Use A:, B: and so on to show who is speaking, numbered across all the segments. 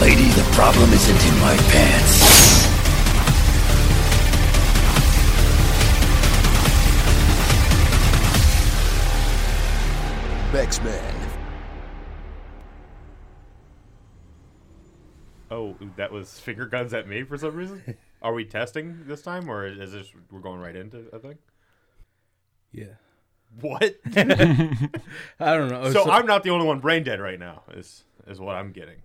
A: lady, the problem isn't in my pants. X-Men.
B: Oh, that was finger guns at me for some reason. Are we testing this time, or is this we're going right into a thing?
C: Yeah.
B: What?
C: I don't know.
B: so I'm not the only one brain dead right now. Is is what I'm getting.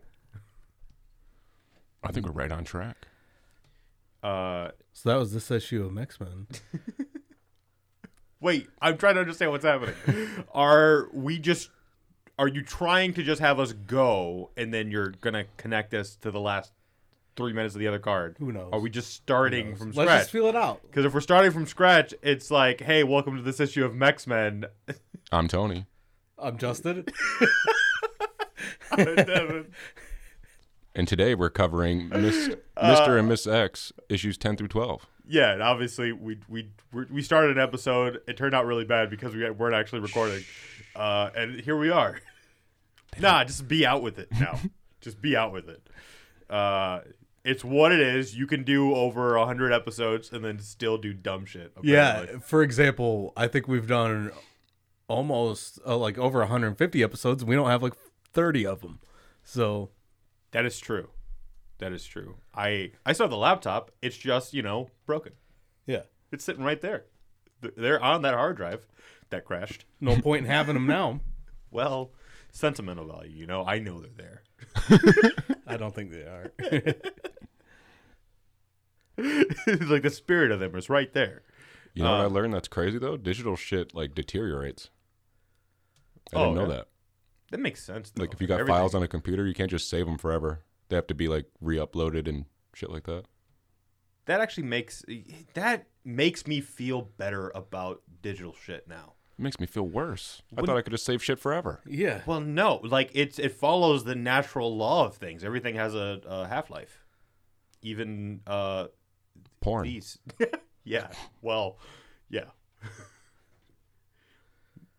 D: I think we're right on track.
B: Uh,
C: so that was this issue of X Men.
B: wait, I'm trying to understand what's happening. Are we just? Are you trying to just have us go, and then you're gonna connect us to the last three minutes of the other card?
C: Who knows?
B: Are we just starting from
C: Let's
B: scratch?
C: just feel it out.
B: Because if we're starting from scratch, it's like, hey, welcome to this issue of Mex Men.
D: I'm Tony.
C: I'm Justin.
D: And today we're covering Miss, Mr.
B: Uh,
D: and Miss X issues 10 through 12.
B: Yeah, and obviously we we we're- we started an episode. It turned out really bad because we weren't actually recording, uh, and here we are. Nah, just be out with it now. just be out with it. Uh, it's what it is. You can do over hundred episodes and then still do dumb shit. apparently.
C: yeah. For example, I think we've done almost uh, like over 150 episodes, and we don't have like 30 of them. So
B: that is true. That is true. I I saw the laptop. It's just you know broken.
C: yeah,
B: It's sitting right there. Th- They're on that hard drive that crashed.
C: no point in having them now.
B: Well, sentimental value. You know, I know they're there.
C: I don't think they are.
B: It's like the spirit of them is right there.
D: You know
B: uh,
D: what I learned that's crazy though? Digital shit like deteriorates. I
B: Oh,
D: didn't know
B: yeah.
D: that.
B: That makes sense. Though.
D: Like if you got
B: Everything-
D: files on a computer, you can't just save them forever. They have to be like re-uploaded and shit like that.
B: that actually makes that makes me feel better about digital shit now.
D: It makes me feel worse. I
B: Wouldn't-
D: thought I could just save shit forever.
C: yeah.
B: Well, no, like it's it follows the natural law of things. Everything has a, a half life, even uh,
D: Porn.
B: these. yeah. Well, yeah.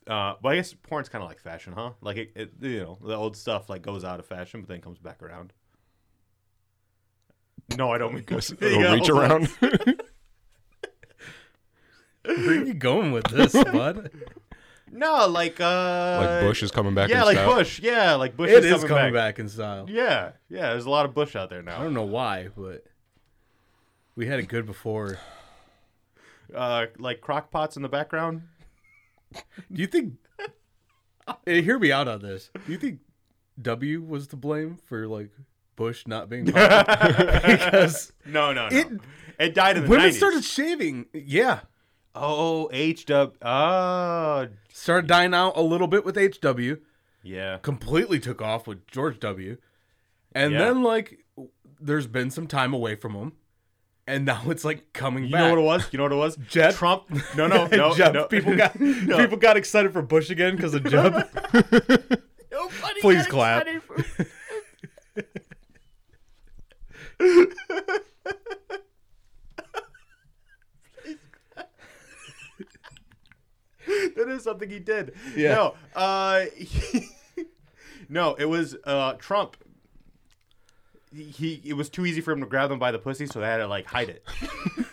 B: Uh, but I guess porn's kind of like fashion, huh? Like it, it, you know, the old stuff like goes out of fashion, but then comes back around. No, I don't mean
D: It'll reach around.
C: Where are you going with this, bud?
B: No, like uh,
D: like Bush is coming back.
B: yeah,
D: in
B: like
D: style.
B: Bush. Yeah, like Bush
C: it
B: is,
C: is coming back. in style.
B: Yeah, yeah. There's a lot of Bush out there
C: I
B: now.
C: don't know why, but we had it good before.
B: Uh, like crockpots in the background.
C: Do you think? Hey, hear me out on this. Do you think W was to blame for like Bush not being popular? because
B: No, no, no. It,
C: It-
B: died in the
C: women
B: 90s.
C: started shaving? Yeah,
B: Oh, HW. Oh,
C: started dying out a little bit with HW.
B: yeah.
C: Completely took off with George W. And
B: Yeah.
C: then like, there's been some time away from him, and now it's like coming
B: You
C: back.
B: know what it was? You know what it was?
C: Jeb?
B: Trump. No, no, no.
C: Jeb,
B: no.
C: people got
B: No.
C: people got excited for Bush again because of Jeb.
B: Nobody
C: Please
B: got
C: clap.
B: excited for- that is something he did.
C: Yeah.
B: No, uh, no, it was uh, Trump. He, he it was too easy for him to grab them by the pussy, so they had to like hide it.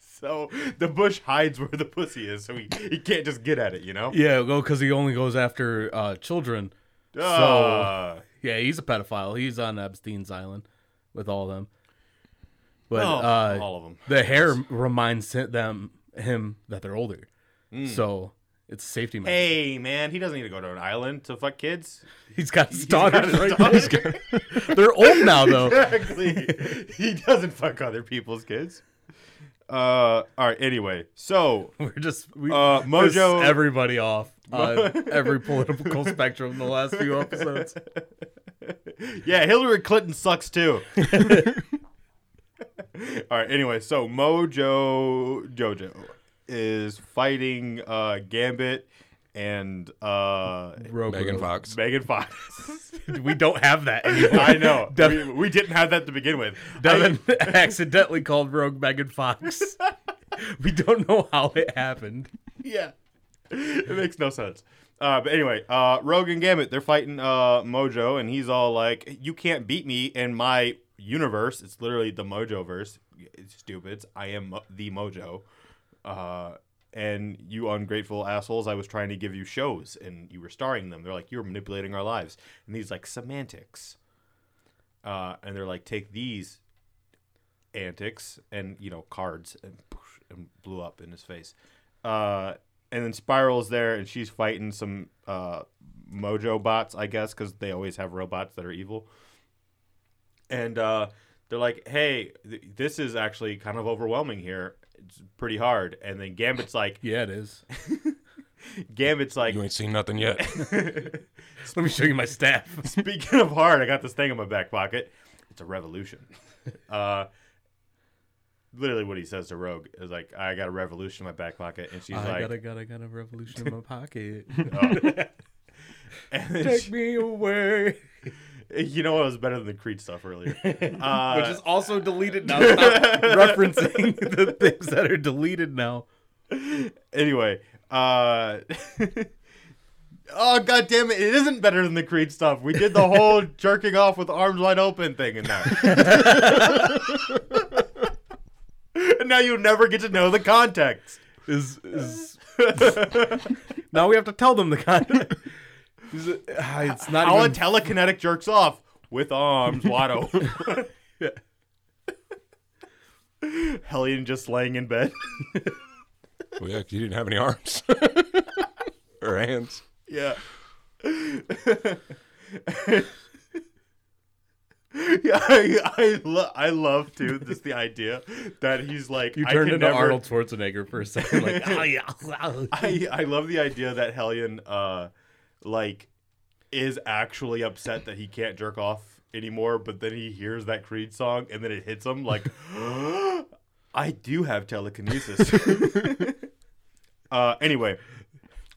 B: so the bush hides where the pussy is, so he, he can't just get at it, you know.
C: yeah, well, because he only goes after uh, children.
B: Ah.
C: Yeah, he's a pedophile. He's on Epstein's island with all of them. But
B: Oh,
C: uh,
B: all of them.
C: the hair reminds hi- them him that they're older, so it's a safety
B: Mm.
C: measure.
B: Hey man, he doesn't need to go to an island to fuck kids.
C: he's got his
B: got
C: daughters.
B: his
C: right
B: daughters.
C: there. they're old now though.
B: Exactly. he doesn't fuck other people's kids. Uh, all right. Anyway, so
C: We're just we
B: Uh, Mojo-
C: pissed everybody off on every political spectrum in the last few episodes.
B: yeah, Hillary Clinton sucks too. all right. Anyway, so Mojo Jojo is fighting uh, Gambit and uh,
D: Megan Fox.
B: Megan Fox.
C: We don't have that anymore.
B: I know.
C: Devin-
B: we, we didn't have that to begin with.
C: Devin accidentally called Rogue Megan Fox. we don't know how it happened.
B: Yeah. it makes no sense. Uh, but anyway, uh, Rogue and Gambit, they're fighting uh, Mojo, and he's all like, You can't beat me in my universe. It's literally the Mojo verse. It's stupid. It's, I am mo- the Mojo. Uh, and you ungrateful assholes, I was trying to give you shows, and you were starring them. They're like, You're manipulating our lives. And he's like, Semantics. Uh, and they're like, Take these antics and, you know, cards, and, poosh, and blew up in his face. Uh, and then Spiral's there, and she's fighting some uh, Mojo bots, I guess, because they always have robots that are evil. And uh, they're like, "Hey, th- this is actually kind of overwhelming here. It's pretty hard." And then Gambit's like,
C: Yeah, it is.
B: "Gambit's like,
D: You ain't seen nothing yet.
C: Let me show you my staff.
B: Speaking of hard, I got this thing in my back pocket. It's a revolution. Uh, literally, what he says to Rogue is like, "I got a revolution in my back pocket," and she's
C: I
B: like,
C: got a got a got a revolution in my pocket.
B: and then
C: Take
B: she-
C: me away.
B: "You know what was better than the Creed stuff earlier?" Uh,
C: Which is also deleted now. Stop referencing the things that are deleted now.
B: anyway, uh Oh god damn it, it isn't better than the Creed stuff. We did the whole jerking off with arms wide open thing in there. and now you never get to know the context.
C: Is is now we have to tell them the content. Is it- ah, it's not
B: How
C: even-
B: a telekinetic jerks off with arms wide open. Hellion just laying in bed.
D: well, yeah, 'cause you didn't have any arms or hands.
B: Yeah. yeah, I, I, lo- I love too just the idea that he's like
C: you
B: I
C: turned
B: can
C: into
B: never-
C: Arnold Schwarzenegger for a second. Like, oh yeah,
B: I I love the idea that Hellion uh like is actually upset that he can't jerk off anymore, but then he hears that Creed song and then it hits him like I do have telekinesis. uh anyway,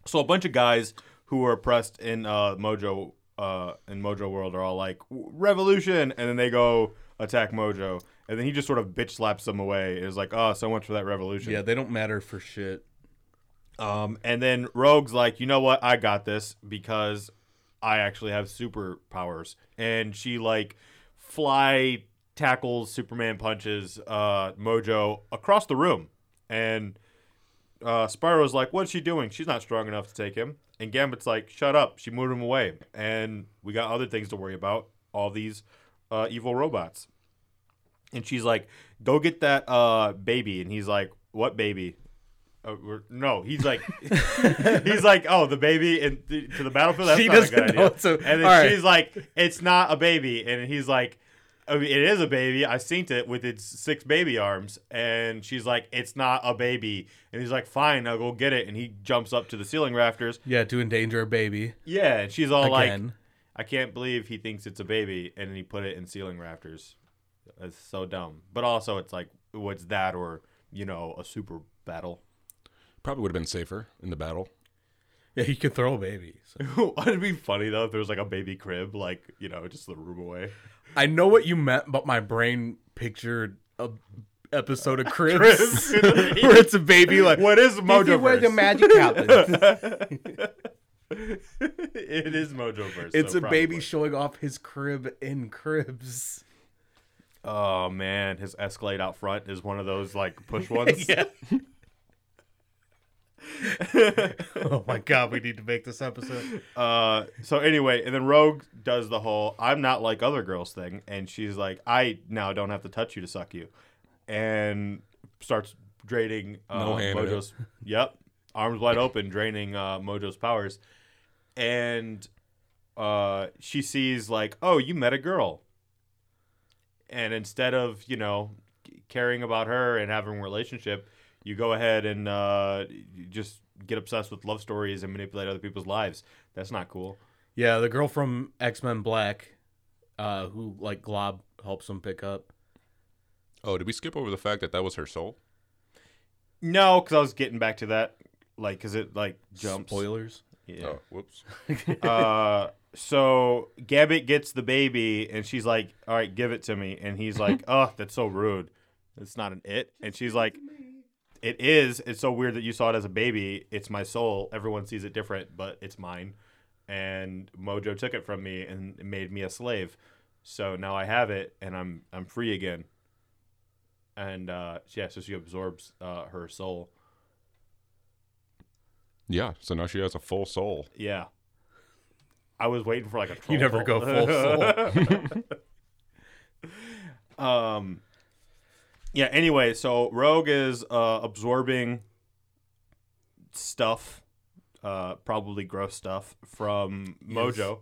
B: so a bunch of guys who were oppressed in uh, Mojo uh, in Mojo World are all like revolution, and then they go attack Mojo, and then he just sort of bitch slaps them away. It's like, oh, so much for that revolution.
C: yeah, they don't matter for shit.
B: Um, and then Rogue's like, you know what? I got this because I actually have superpowers. And she like fly tackles Superman punches uh, Mojo across the room. And uh, Spyro's like, what's she doing? She's not strong enough to take him. And Gambit's like, shut up. She moved him away. And we got other things to worry about. All these uh, evil robots. And she's like, go get that uh, baby. And he's like, what baby? Uh, we're, no, he's like, he's like, oh, the baby and th- to the battlefield. That's
C: She
B: not a
C: doesn't
B: good
C: know
B: idea.
C: it's a-
B: and then
C: all right.
B: she's like, it's not a baby, and he's like, I mean, it is a baby. I synced it with its six baby arms, and she's like, it's not a baby, and he's like, fine, I'll go get it, and he jumps up to the ceiling rafters.
C: Yeah, to endanger a baby
B: Yeah, and she's all like,
C: again.
B: I can't believe he thinks it's a baby, and he put it in ceiling rafters. It's so dumb, but also it's like, what's that, or you know, a super battle.
D: Probably would have been safer in the battle.
C: yeah, he could throw a baby. so.
B: It'd be funny though if there was like a baby crib, like you know, just the room away.
C: I know what you meant, but my brain pictured a episode of Cribs where it's a baby like
B: What is Mojo?
C: magic happens.
B: it is Mojoverse.
C: it's
B: so
C: a baby
B: probably.
C: showing off his crib in Cribs.
B: oh man, his Escalade out front is one of those like push ones.
C: Oh my god, we need to make this episode.
B: Uh, so anyway, and then Rogue does the whole "I'm not like other girls" thing, and she's like, "I now don't have to touch you to suck you," and starts draining uh,
D: No hand in it.
B: Mojo's. Yep, arms wide open, draining uh, Mojo's powers, and uh, she sees like, "Oh, you met a girl," and instead of you know c- caring about her and having a relationship, you go ahead and uh, you just get obsessed with love stories and manipulate other people's lives. That's not cool.
C: Yeah, the girl from X Men Black, uh, who like Glob helps him pick up.
D: Oh, did we skip over the fact that that was her soul?
B: No, because I was getting back to that, like, because it like jumps.
C: Spoilers.
B: Yeah.
D: Oh, whoops.
B: uh, so Gabbit gets the baby, and she's like, "All right, give it to me," and he's like, "Oh, that's so rude. It's not an it," and she's like. It is. It's so weird that you saw it as a baby. It's my soul. Everyone sees it different, but it's mine. And Mojo took it from me and made me a slave. So now I have it, and I'm I'm free again. And uh, yeah, so she absorbs uh, her soul.
D: Yeah, so now she has a full soul.
B: Yeah. I was waiting for like a troll
C: You never go
B: doll.
C: full soul.
B: Um, yeah. Anyway, so Rogue is uh, absorbing stuff, uh, probably gross stuff from Mojo,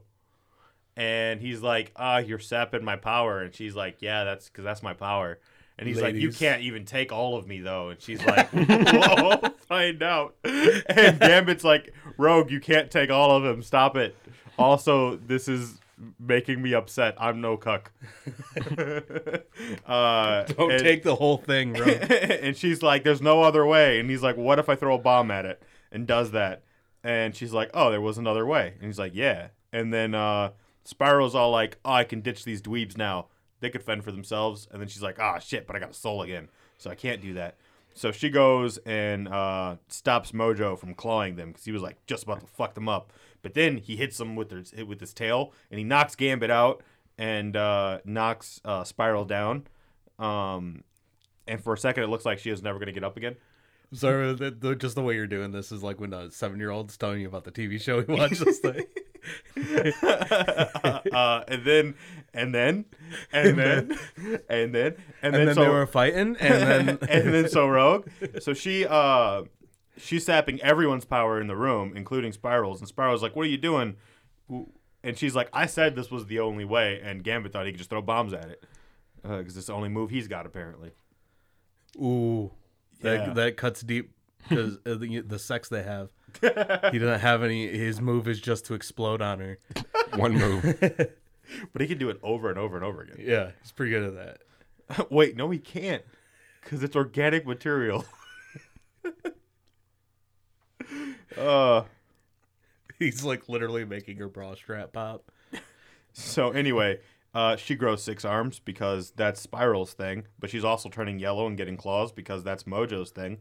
B: and he's like, "Ah, you're sapping my power," and she's like, "Yeah, that's because that's my power." And he's like, "You
C: Ladies.
B: can't even take all of me, though." And she's like, "Whoa, find out." And Gambit's like, "Rogue, you can't take all of him. Stop it." Also, this is making me upset. I'm no cuck. uh,
C: Don't
B: and,
C: take the whole thing, bro.
B: and she's like, "There's no other way." And he's like, "What if I throw a bomb at it?" And does that? And she's like, "Oh, there was another way." And he's like, "Yeah." And then uh, Spiral's all like, "Oh, I can ditch these dweebs now. They could fend for themselves." And then she's like, "Ah, shit! But I got a soul again, so I can't do that." So she goes and uh, stops Mojo from clawing them because he was like just about to fuck them up. But then he hits them with his with his tail, and he knocks Gambit out and uh, knocks uh, Spiral down. Um, and for a second it looks like she is never going to get up again.
C: Sorry, that uh, the, just the way you're doing this is like when a seven year old's telling you about the TV show he watched. This thing.
B: uh, and then, and then, and then, and then, and
C: And
B: then,
C: then
B: so,
C: they were fighting, and then
B: and then so rogue. So she, uh, she's sapping everyone's power in the room, including Spiral's. And Spiral's like, "What are you doing?" And she's like, "I said this was the only way." And Gambit thought he could just throw bombs at it because it's the only move he's got apparently.
C: ooh,
B: Yeah.
C: that, that cuts deep because the, the sex they have. he doesn't have any. His move is just to explode on her.
D: One move.
B: But he can do it over and over and over again.
C: Yeah, he's pretty good at that.
B: Wait, no, he can't because it's organic material. uh.
C: He's like literally making her bra strap pop.
B: So anyway, uh, she grows six arms because that's Spiral's thing, but she's also turning yellow and getting claws because that's Mojo's thing.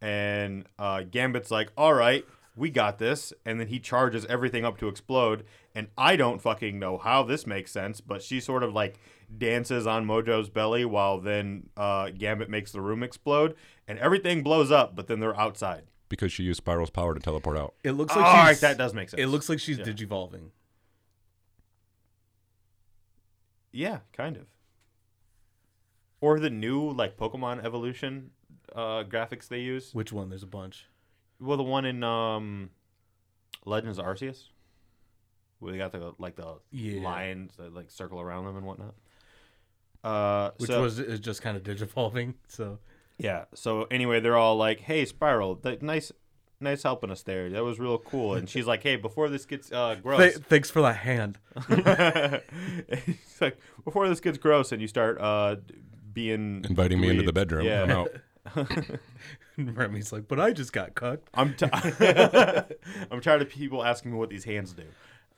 B: And uh, Gambit's like, "All right, we got this," and then he charges everything up to explode. And I don't fucking know how this makes sense, but she sort of like dances on Mojo's belly while then uh, Gambit makes the room explode, and everything blows up. But then they're outside.
D: because she used Spiral's power to teleport out.
C: It looks
B: Oh, All
C: like
B: right,
C: she's,
B: that does make sense.
C: It looks like she's digivolving.
B: Yeah, kind of. Or the new like Pokemon evolution uh, graphics they use.
C: Which one? There's a bunch.
B: Well, the one in um, Legends of Arceus, where they got the like the
C: Yeah.
B: lions that like circle around them and whatnot. Uh,
C: Which
B: so-
C: was is just kind of digivolving. So
B: yeah. So anyway, they're all like, "Hey, Spiral, that nice." Nice helping us there. That was real cool. And she's like, "Hey, before this gets uh, gross,
C: Th- thanks for that hand.
B: it's like before this gets gross and you start uh, being
D: Inviting me into the
B: dweebs."
D: bedroom.
B: Yeah.
D: I'm out.
C: Remy's like, but I just got cucked.
B: I'm t- I'm tired of people asking me what these hands do.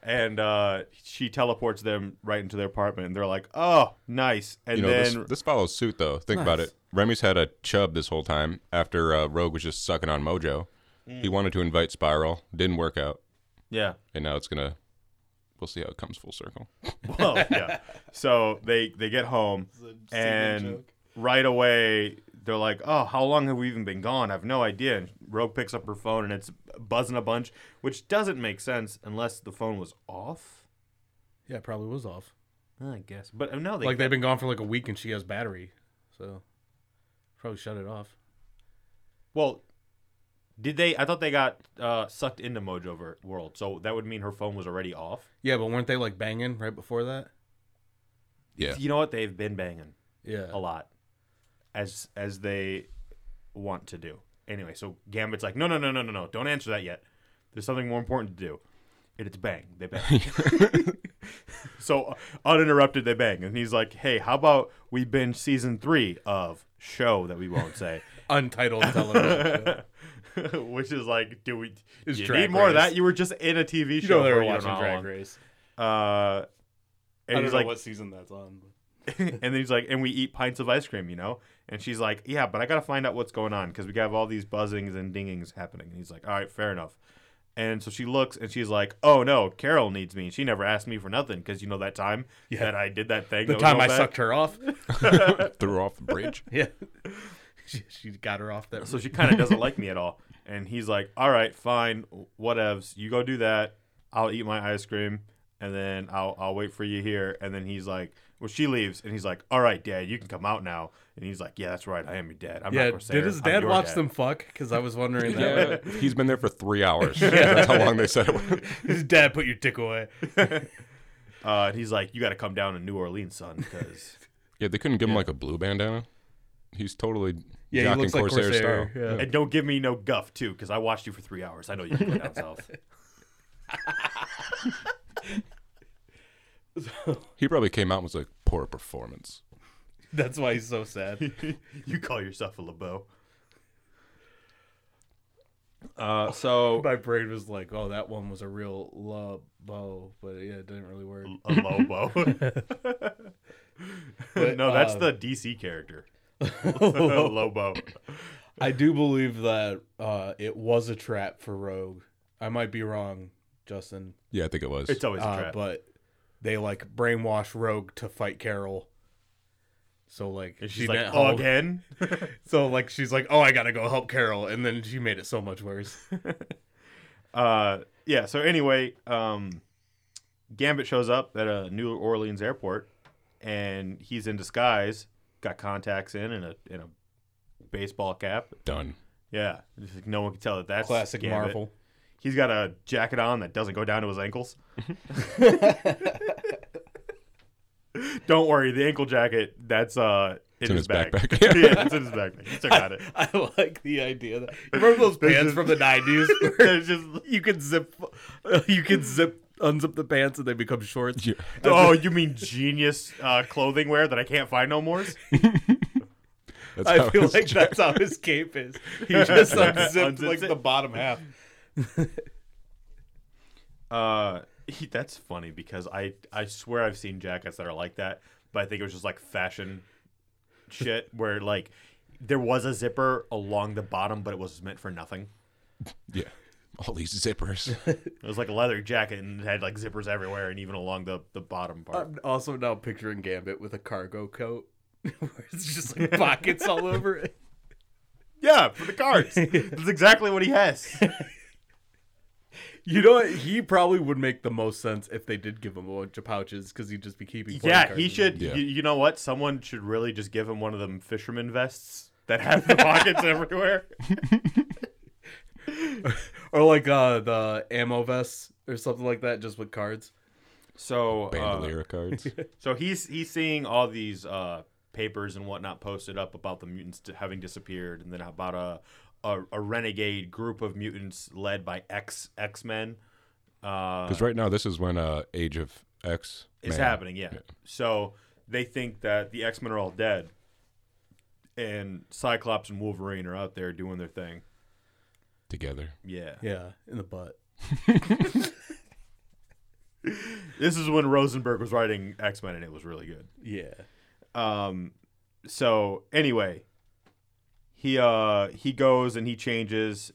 B: And uh, she teleports them right into their apartment, and they're like, "Oh, nice!" And
D: You know,
B: then
D: this, this follows suit, though. Think about it. Remy's had a chub this whole time after uh, Rogue was just sucking on Mojo. He wanted to invite Spiral, didn't work out,
B: yeah,
D: and now it's gonna. We'll see how it comes full circle.
B: well, yeah. So they they get home, and right away they're like, "Oh, how long have we even been gone? I have no idea." And Rogue picks up her phone, and it's buzzing a bunch, which doesn't make sense unless the phone was off.
C: Yeah, it probably was off.
B: I guess, but uh, no, they
C: Like they've been gone for like a week and she has battery. So probably shut it off.
B: Well, did they? I thought they got uh, sucked into Mojo ver- World, so that would mean her phone was already off.
C: Yeah, but weren't they like banging right before that?
D: Yeah,
B: You know what? They've been banging
C: Yeah.
B: a lot, as as they want to do. Anyway, so Gambit's like, no, no, no, no, no, no, don't answer that yet. There's something more important to do. And it's bang. They bang. so uh, uninterrupted, they bang. And he's like, hey, how about we binge season three of show that we won't say.
C: Untitled television. show.
B: Which is like, do we?
C: It's
B: you
C: Drag
B: need more of
C: Race.
B: that? You were just in a TV
C: You
B: show.
C: know they
B: for
C: were
B: you don't
C: watching
B: know how
C: Drag
B: long.
C: Race.
B: Uh, and
C: I don't
B: he's
C: know
B: like,
C: what season that's on.
B: and then he's like, and we eat pints of ice cream, you know? And she's like, yeah, but I got to find out what's going on because we have all these buzzings and dingings happening. And he's like, all right, fair enough. And so she looks and she's like, oh no, Carol needs me. She never asked me for nothing because you know that time that I did that thing.
C: The
B: that was
C: time
B: all
C: I
B: bad?
C: sucked her off.
D: Threw her off the bridge.
C: Yeah. she, she got her off that.
B: So she kind of doesn't like me at all. And he's like, all right, fine, whatevs. You go do that. I'll eat my ice cream and then I'll, I'll wait for you here. And then he's like, well, she leaves and he's like, all right, dad, you can come out now. And he's like, yeah, that's right. I am your dad. I'm not
C: yeah.
B: going to say
C: Did
B: her,
C: his
B: I'm
C: dad
B: your
C: watch
B: dad."
C: them fuck? Because I was wondering that.
D: Yeah, he's been there for three hours. That's how long they said it was.
C: His dad put your dick away.
B: Uh, and he's like, you got to come down to New Orleans, son, because
D: Yeah, they couldn't give him like a blue bandana. He's totally
C: Yeah,
D: Jock
C: he looks
D: and
C: like
D: Corsair,
C: Corsair.
D: style.
C: Yeah.
B: and don't give me no guff too, because I watched you for three hours. I know you can go down south.
D: He probably came out and was like, poor performance.
C: That's why he's so sad.
B: you call yourself a LeBeau. Uh, so
C: My brain was like, "Oh, that one was a real love bow," but yeah, it didn't really work.
B: a Lobo. no, that's
C: uh, Oh.
B: the DC character. Lobo.
C: I do believe that uh, it was a trap for Rogue. I might be wrong, Justin,
D: Yeah, I think it was.
B: It's always a
C: uh,
B: trap.
C: but they like brainwash Rogue to fight Carol. So like
B: and she's
C: she
B: like,
C: met
B: oh,
C: Hulk.
B: again?
C: So like she's like, "Oh, I gotta go help Carol," and then she made it so much worse.
B: Uh, yeah, so anyway, um, Gambit shows up at a New Orleans airport, and he's in disguise, got contacts in and a, and a baseball cap.
D: done.
B: Yeah, just like no one can tell that that's
C: Classic
B: Gambit.
C: Marvel.
B: He's got a jacket on that doesn't go down to his ankles. Don't worry, the ankle jacket that's uh
D: It's in his backpack.
B: yeah, it's in his backpack. He still got it.
C: I like the idea. That, you remember those pants from the nineties?
B: There's just
C: you can zip, you can zip, unzip the pants, and they become shorts.
D: Yeah.
B: oh, you mean genius uh, clothing wear that I can't find no more?
D: That's how
C: I feel
D: it's
C: like
D: Jack-
C: that's how his cape is. He just unzipped
B: Unzips
C: like
B: it.
C: the bottom half.
B: Uh, he, that's funny because I I swear I've seen jackets that are like that, but I think it was just like fashion shit where like there was a zipper along the bottom, but it was meant for nothing.
D: Yeah. All these zippers.
B: It was like a leather jacket and it had like zippers everywhere and even along the, the bottom part.
C: I'm also now picturing Gambit with a cargo coat. where it's just like pockets all over it.
B: yeah, for the cards. That's exactly what he has.
C: You know what? He probably would make the most sense if they did give him a bunch of pouches because he'd just be keeping. playing
B: yeah,
C: cards
B: he
C: in
B: should.
D: Yeah.
B: You, you know what? Someone should really just give him one of them fisherman vests that have the pockets everywhere.
C: them. Or like uh, the ammo vests or something like that, just with cards.
B: So, uh,
D: Bandolier cards.
B: so he's he's seeing all these uh, papers and whatnot posted up about the mutants t- having disappeared, and then about a a, a renegade group of mutants led by ex X Men. Uh,
D: Because right now, this is when uh, Age of X
B: It's
D: man.
B: happening, yeah. So they think that the X Men are all dead, and Cyclops and Wolverine are out there doing their thing.
D: together.
B: Yeah.
C: Yeah, in the butt.
B: This is when Rosenberg was writing X Men, and it was really good.
C: Yeah.
B: Um, so anyway, he uh he goes and he changes,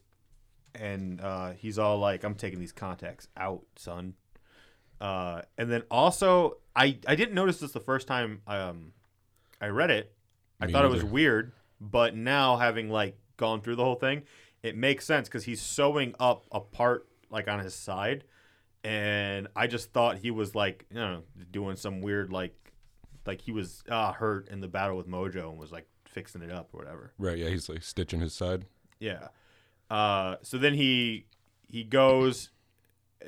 B: and uh, he's all like, "I'm taking these contacts out, son." Uh, and then also, I I didn't notice this the first time um I read it. I
D: Me
B: thought it was
D: neither.
B: weird, but now having like gone through the whole thing, it makes sense because he's sewing up a part like on his side, and I just thought he was like you know doing some weird like like he was uh, hurt in the battle with Mojo and was like fixing it up or whatever.
D: Right, yeah, he's like stitching his side.
B: Yeah. Uh, so then he he goes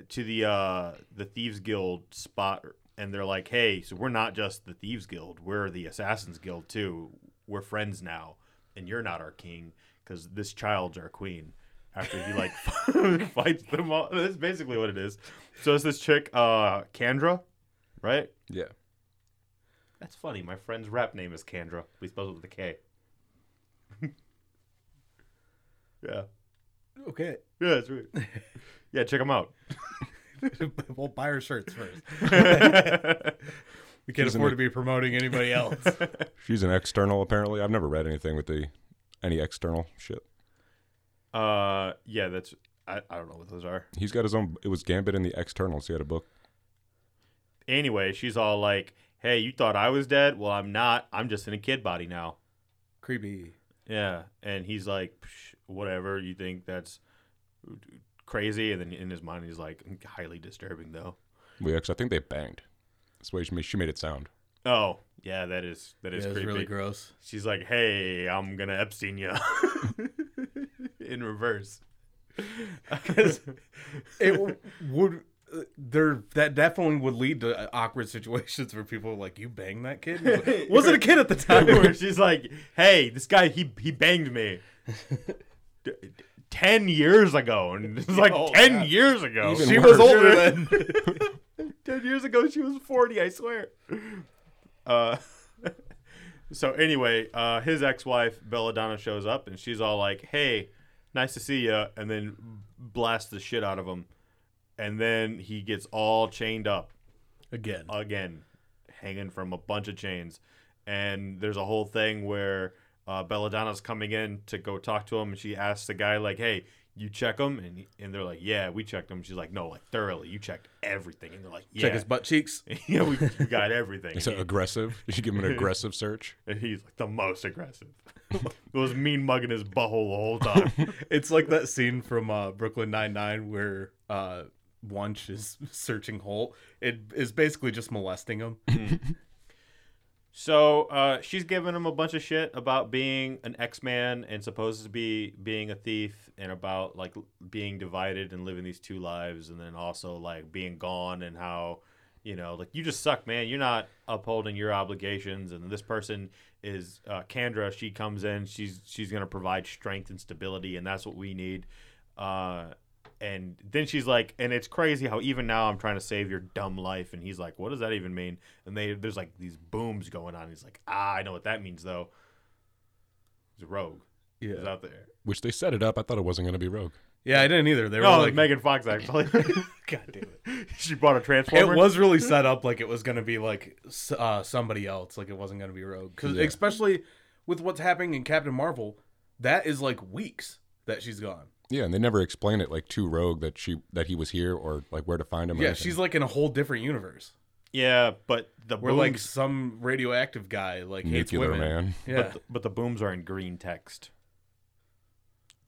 B: to the uh, the thieves guild spot, and they're like, "Hey, so we're not just the thieves guild; we're the assassins guild too. We're friends now, and you're not our king because this child's our queen." After he like fights them all, that's basically what it is. So it's this chick, uh, Kendra, right?
D: Yeah.
B: That's funny. My friend's rap name is Kendra. We spell it with a K. yeah.
C: Okay.
B: Yeah, that's right. yeah, check them out.
C: we'll buy her shirts first. We can't
D: She's in
C: afford
D: the-
C: to be promoting anybody else.
D: She's an external, apparently. I've never read anything with the any external shit.
B: Uh, yeah, that's I, I don't know what those are.
D: He's got his own. It was Gambit and the Externals. He had a book.
B: Anyway, she's all like, "Hey, you thought I was dead? Well, I'm not. I'm just in a kid body now."
C: Creepy.
B: Yeah, and he's like, Psh, "Whatever you think that's crazy," and then in his mind he's like, "Highly disturbing, though."
D: We actually, I think they banged. That's the way she made, she made it sound.
B: Oh, yeah, that is that is
C: yeah, it's
B: creepy.
C: really gross.
B: She's like, "Hey, I'm gonna Epstein you," in reverse.
C: It w- would. uh, There, that definitely would lead to uh, awkward situations where people are like, "You banged that kid? Wasn't a kid at the time."
B: Where she's like, "Hey, this guy he he banged me d- d- ten years ago," and it's like
C: Oh,
B: ten
C: yeah.
B: years ago.
D: Even
C: she
D: worse.
C: was older then.
B: ten years ago, she was forty. I swear. Uh, so anyway, uh, his ex-wife Belladonna shows up, and she's all like, "Hey, nice to see you," and then blasts the shit out of him, and then he gets all chained up.
C: Again,
B: again hanging from a bunch of chains and there's a whole thing where uh, belladonna's coming in to go talk to him and she asks the guy like hey you check him and, he- and they're like yeah we checked him she's like no like thoroughly you checked everything and they're like yeah
C: check his butt cheeks.
B: yeah we, we got everything
D: Is that aggressive? You should give him an aggressive search.
B: and he's like the most aggressive it was mean mugging his butthole the whole time
C: It's like that scene from uh, Brooklyn Nine Nine where uh, Wunsch is searching Holt. It is basically just molesting him.
B: so uh, she's giving him a bunch of shit about being an x-man and supposed to be being a thief and about like being divided and living these two lives and then also like being gone and how you know like you just suck man you're not upholding your obligations and this person is uh, Kendra she comes in she's she's gonna provide strength and stability and that's what we need uh, and then she's like and it's crazy how even now I'm trying to save your dumb life and he's like what does that even mean and they there's like these booms going on he's like ah I know what that means though it's Rogue
C: Yeah.
B: is out there
D: Which they set it up. I thought it wasn't going to be Rogue.
C: Yeah, I didn't either. They were
B: no it was
C: like,
B: Megan Fox actually
C: God damn it.
B: she bought a transformer
C: It was really set up like it was going to be like s- uh, somebody else, like it wasn't going to be Rogue. Because
D: Yeah.
C: especially with what's happening in Captain Marvel, that is like weeks that she's gone.
D: Yeah, and they never explain it like to Rogue that she that he was here or like where to find him. or
C: Yeah,
D: anything.
C: she's like in a whole different universe
B: yeah but the
C: where
B: booms
C: like some radioactive guy like hates
D: nuclear
C: women.
D: man.
C: Yeah,
B: But the, but the booms are in green text,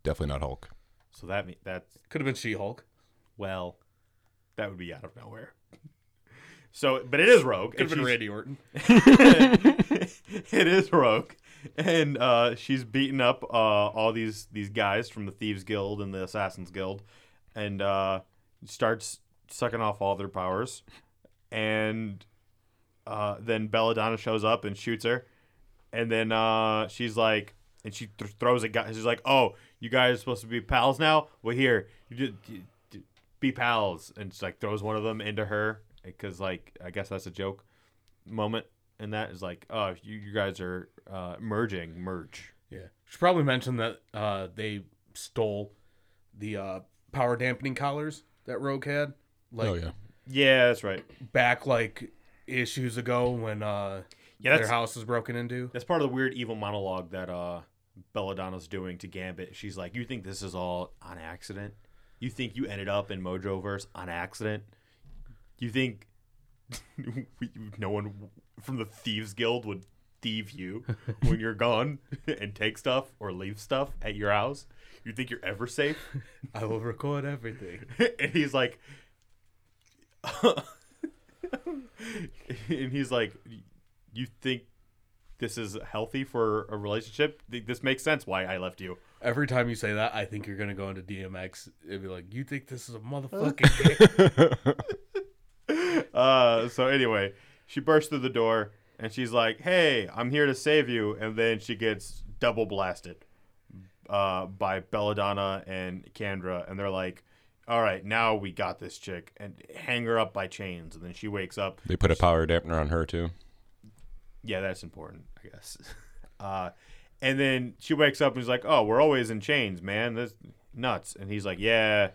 D: Definitely not Hulk.
B: so that mean that's
C: could have been She Hulk.
B: well, that would be out of nowhere. So, but it is Rogue. and
C: Could have been
B: she's-
C: Randy Orton.
B: it is Rogue, and uh, she's beating up uh, all these these guys from the Thieves Guild and the Assassins Guild, and uh, starts sucking off all their powers, and uh, then Belladonna shows up and shoots her, and then uh, she's like, and she th- throws a guy. She's like, "Oh, you guys are supposed to be pals now? Well, here, you did." you- you- Be pals, and just like throws one of them into her because, like, I guess that's a joke moment and that is like oh you, you guys are uh, merging merge
C: Yeah. Should probably mention that uh, they stole the uh, power dampening collars that Rogue had. Like
D: oh yeah,
B: yeah that's right
C: back like issues ago when uh
B: Yeah,
C: their
B: that's-
C: house was broken into.
B: that's part of the weird evil monologue that uh belladonna's doing to gambit she's like you think this is all on accident you think you ended up in mojoverse on accident you think we- no one from the thieves guild would thieve you when you're gone and take stuff or leave stuff at your house you think you're ever safe
C: I will record everything.
B: and he's like, and he's like, you think this is healthy for a relationship? Th- This makes sense. Why I left you?
C: Every time you say that, I think you're gonna go into DMX and be like, "You think this is a motherfucking game?"
B: Uh, so anyway, she bursts through the door and she's like, "Hey, I'm here to save you," and then she gets double blasted uh, by Belladonna and Kendra, and they're like. All right, now we got this chick and hang her up by chains. And then she wakes up
D: they put a power dampener on her too.
B: Yeah, that's important, I guess. Uh, and then she wakes up and is like, "Oh, we're always in chains, man. That's nuts." And he's like, "Yeah,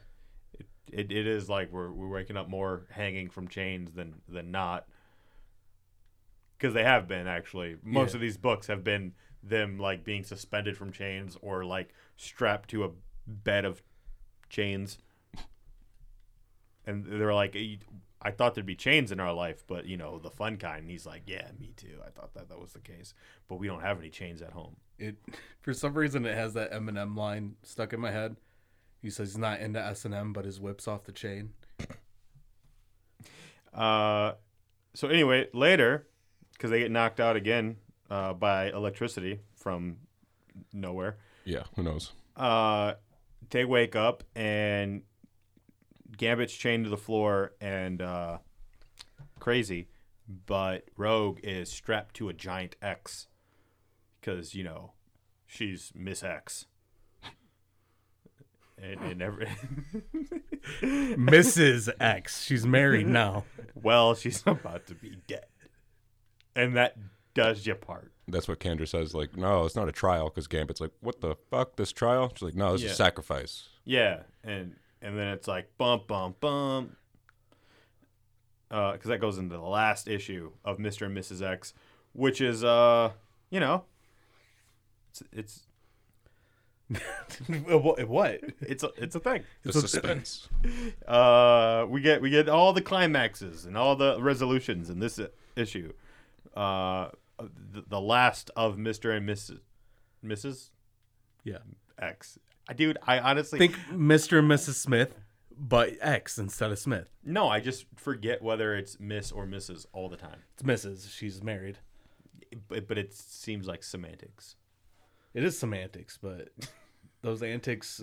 B: it, it, it is like we're we're waking up more hanging from chains than than not." because they have been actually. Most
C: Yeah.
B: of these books have been them like being suspended from chains or like strapped to a bed of chains. And they're like, "You- I thought there'd be chains in our life, but you know, the fun kind. And he's like, Yeah, me too. I thought that that was the case, but we don't have any chains at home.
C: It for some reason it has that Eminem line stuck in my head. He says he's not into S and M, but his whip's off the chain.
B: Uh, so anyway, later, because they get knocked out again uh, by electricity from nowhere,
D: Yeah, who knows?
B: uh, they wake up and Gambit's chained to the floor and uh, crazy, but Rogue is strapped to a giant X because you know she's Miss X. And, and every,
C: Mrs. X, she's married now.
B: well, she's about to be dead, and that does your part.
D: That's what Kendra says. Like, no, it's not a trial because Gambit's like, what the fuck, this trial? She's like, no, this
B: Yeah.
D: is a sacrifice.
B: Yeah, and and then it's like bump bump bump, because that goes into the last issue of Mister and Mrs X, which is uh you know, it's it's
C: what? what?
B: it's a, it's a thing.
D: The suspense.
B: Uh, we get we get all the climaxes and all the resolutions in this i- issue. Uh, the, the last of Mister and Mrs. Mrs.
C: Yeah.
B: X. Dude, I honestly
C: Think Mr. and Mrs. Smith, but X instead of Smith.
B: no. I just forget whether it's Miss or Mrs. all the time.
C: It's Mrs. She's married.
B: but, but it seems like semantics.
C: It is semantics, but those antics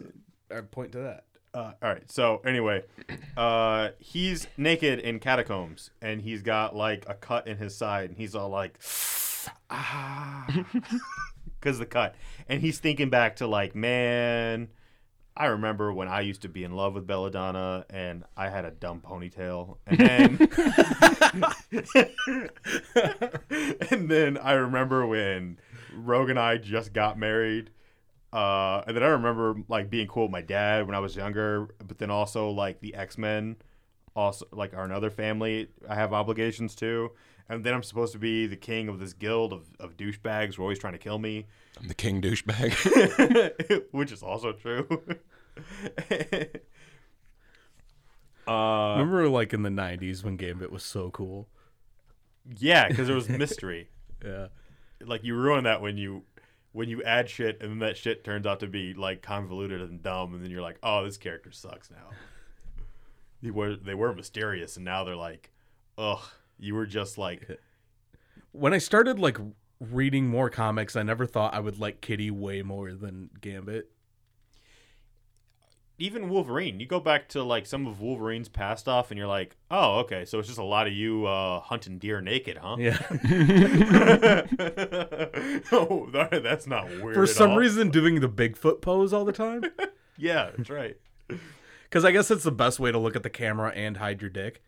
C: are point to that.
B: Uh, all right. So anyway, uh, he's naked in catacombs, and he's got like a cut in his side, and he's all like, ah, because the cut, and he's thinking back to like, man, I remember when I used to be in love with Belladonna, and I had a dumb ponytail, and then, and then I remember when Rogue and I just got married, uh, and then I remember like being cool with my dad when I was younger, but then also like the X Men, also like are another family I have obligations to, and then I'm supposed to be the king of this guild of, of douchebags who are always trying to kill me,
D: I'm the king douchebag.
B: which is also true. uh,
C: Remember, like in the '90s when Gambit was so cool.
B: yeah, because there was mystery.
C: Yeah.
B: like you ruin that when you when you add shit and then that shit turns out to be like convoluted and dumb and then you're like oh this character sucks now they were they were mysterious and now they're like ugh you were just like
C: When I started like reading more comics, I never thought I would like Kitty way more than Gambit.
B: even wolverine you go back to like some of wolverine's past off and you're like oh okay so it's just a lot of you uh hunting deer naked huh
C: Yeah.
B: oh that- that's not weird
C: For
B: at
C: some
B: all.
C: reason, doing the Bigfoot pose all the time.
B: yeah that's right
C: Because I guess that's the best way to look at the camera and hide your dick.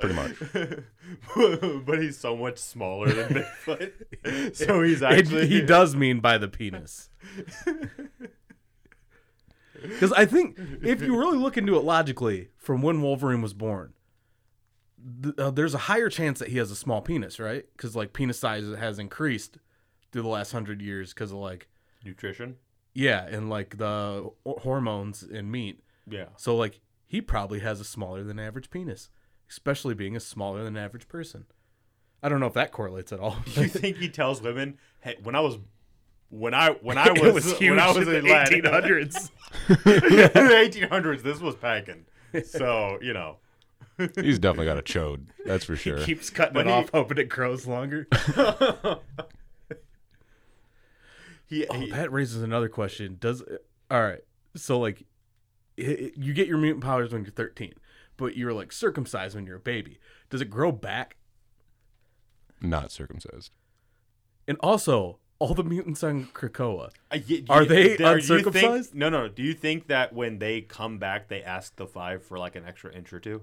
D: Pretty much.
B: but he's so much smaller than Bigfoot. so he's
C: It-
B: actually
C: he does mean by the penis. Because I think if you really look into it logically, from when Wolverine was born, th- uh, there's a higher chance that he has a small penis, right? Because like penis size has increased through the last hundred years because of like
B: nutrition.
C: yeah, and like the h- hormones in meat.
B: Yeah.
C: So like he probably has a smaller than average penis, especially being a smaller than average person. I don't know if that correlates at all.
B: Do you think he tells women, "Hey, when I was, when I when I was,
C: it was huge
B: when I
C: in
B: was a
C: the
B: lad,
C: 1800s.
B: in the eighteen hundreds, this was packing." So you know,
D: He's definitely got a chode. That's for sure.
C: Keeps cutting
B: But
C: it
B: he-
C: off, hoping it grows longer.
B: he, he
C: that raises another question. Does all right? So like, i- i- you get your mutant powers when you're 13, but you're like circumcised when you're a baby. Does it grow back?
D: Not circumcised.
C: And also, all the mutants on Krakoa.
B: I- uh, y-
C: Are
B: y-
C: they
B: do you think-
C: uncircumcised?
B: no, no. Do you think that when they come back, they ask the five for like an extra inch or two?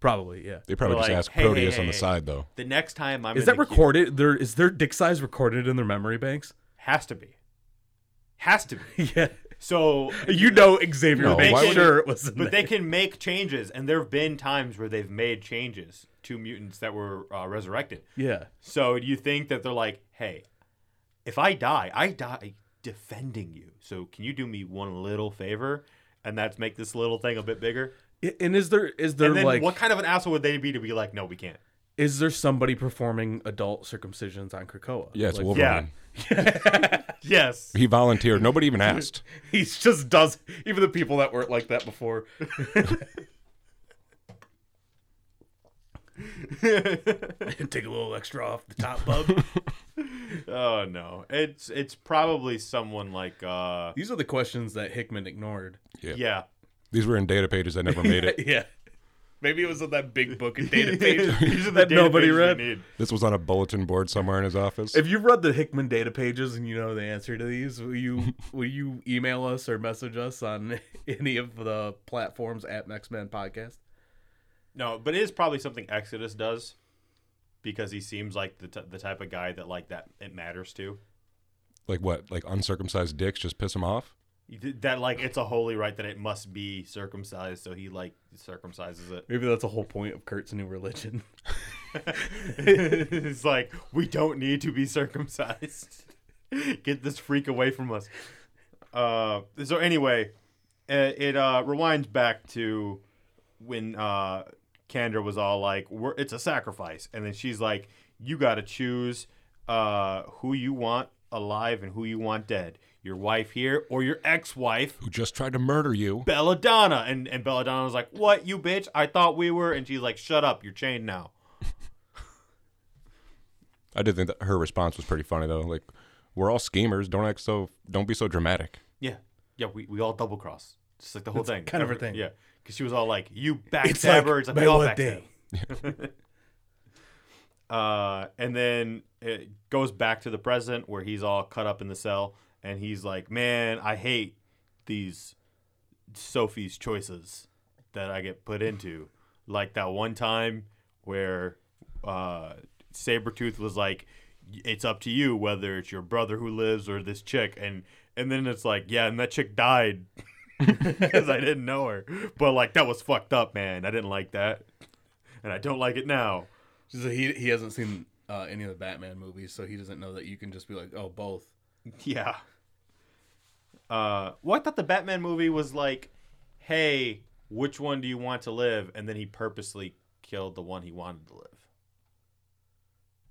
C: Probably, yeah.
D: They probably
B: We're
D: just
B: like,
D: asked
B: "Hey, hey,
D: Proteus
B: hey,
D: on the
B: hey."
D: side, though.
B: The next time I'm
C: Is
B: in
C: that
B: the queue-
C: recorded? There is their dick size recorded in their memory banks?
B: Has to be, has to be.
C: yeah.
B: So
C: You know Xavier
D: No,
C: made
D: why would-
C: sure it was in
B: But
C: there.
B: they can make changes, and there have been times where they've made changes two mutants that were uh, resurrected.
C: Yeah.
B: So do you think that they're like, hey, if I die, I die defending you. So can you do me one little favor? And that's make this little thing a bit bigger.
C: I- And is there is there
B: and then
C: like
B: what kind of an asshole would they be to be like, no, we can't?
C: is there somebody performing adult circumcisions on Krakoa?
D: Yeah, it's
C: Like,
D: Wolverine.
B: Yes.
D: He volunteered. Nobody even asked.
C: he just does. Even the people that weren't like that before. Take a little extra off the top, bub.
B: Oh no. It's it's probably someone like uh
C: These are the questions that Hickman ignored.
B: yeah.
D: These were in data pages that never made it.
C: Yeah. Maybe it was in that big book and data
B: These are the
C: that
B: data
C: nobody
B: pages we
C: read.
B: need.
D: This was on a bulletin board somewhere in his office.
C: If you've read the Hickman data pages and you know the answer to these, will you will you email us or message us on any of the platforms at Max Men Podcast?
B: No, but it is probably something Exodus does because he seems like the, t- the type of guy that like that it matters to.
D: like what? Like uncircumcised dicks just piss him off?
B: That like it's a holy right that it must be circumcised, so he like circumcises it.
C: Maybe that's a whole point of Kurt's new religion.
B: it's like we don't need to be circumcised. Get this freak away from us. Uh, so anyway, it, it uh, rewinds back to when uh, Kendra was all like, We're, "It's a sacrifice," and then she's like, "You got to choose uh, who you want alive and who you want dead. Your wife here or your ex-wife."
D: Who just tried to murder you?
B: Belladonna. And and Belladonna was like, What, you bitch? I thought we were and she's like, Shut up, you're chained now.
D: I did think that her response was pretty funny though. Like, we're all schemers. Don't act so. Don't be so dramatic.
B: Yeah. Yeah, we, we all double cross. Just like the whole thing.
C: kind of her
B: Every-
C: thing.
B: Yeah. Cause she was all like, You backstabber. It's like, we
C: "By
B: all
C: what
B: backstab.
C: day?"
B: Uh and then it goes back to the present where he's all cut up in the cell and he's like, Man, I hate these Sophie's choices that I get put into. Like that one time where uh, Sabretooth was like, it's up to you whether it's your brother who lives or this chick. And, and then it's like, yeah, and that chick died because I didn't know her. But like, that was fucked up, man. I didn't like that. And I don't like it now.
C: So he he hasn't seen uh, any of the Batman movies, so he doesn't know that you can just be like, oh, both.
B: Yeah. Uh, well, I thought the Batman movie was like, hey, which one do you want to live? And then he purposely killed the one he wanted to live.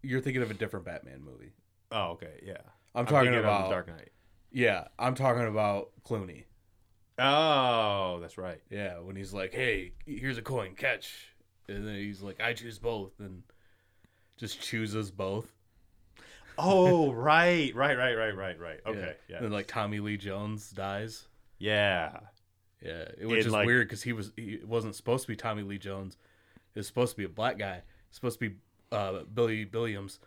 C: You're thinking of a different Batman movie.
B: Oh, okay, yeah.
C: I'm talking
B: thinking of
C: about
B: the Dark Knight.
C: yeah, I'm talking about Clooney.
B: Oh, that's right.
C: Yeah, when he's like, hey, here's a coin, catch, and then he's like, I choose both, and just chooses both.
B: Oh, right, right, right, right, right, right. Okay,
C: yeah.
B: yeah,
C: And then like Tommy Lee Jones dies.
B: yeah.
C: Yeah, it- which
B: In,
C: is
B: like-
C: weird because he was he wasn't supposed to be Tommy Lee Jones. It was supposed to be a black guy. It's supposed to be uh, Billy Williams.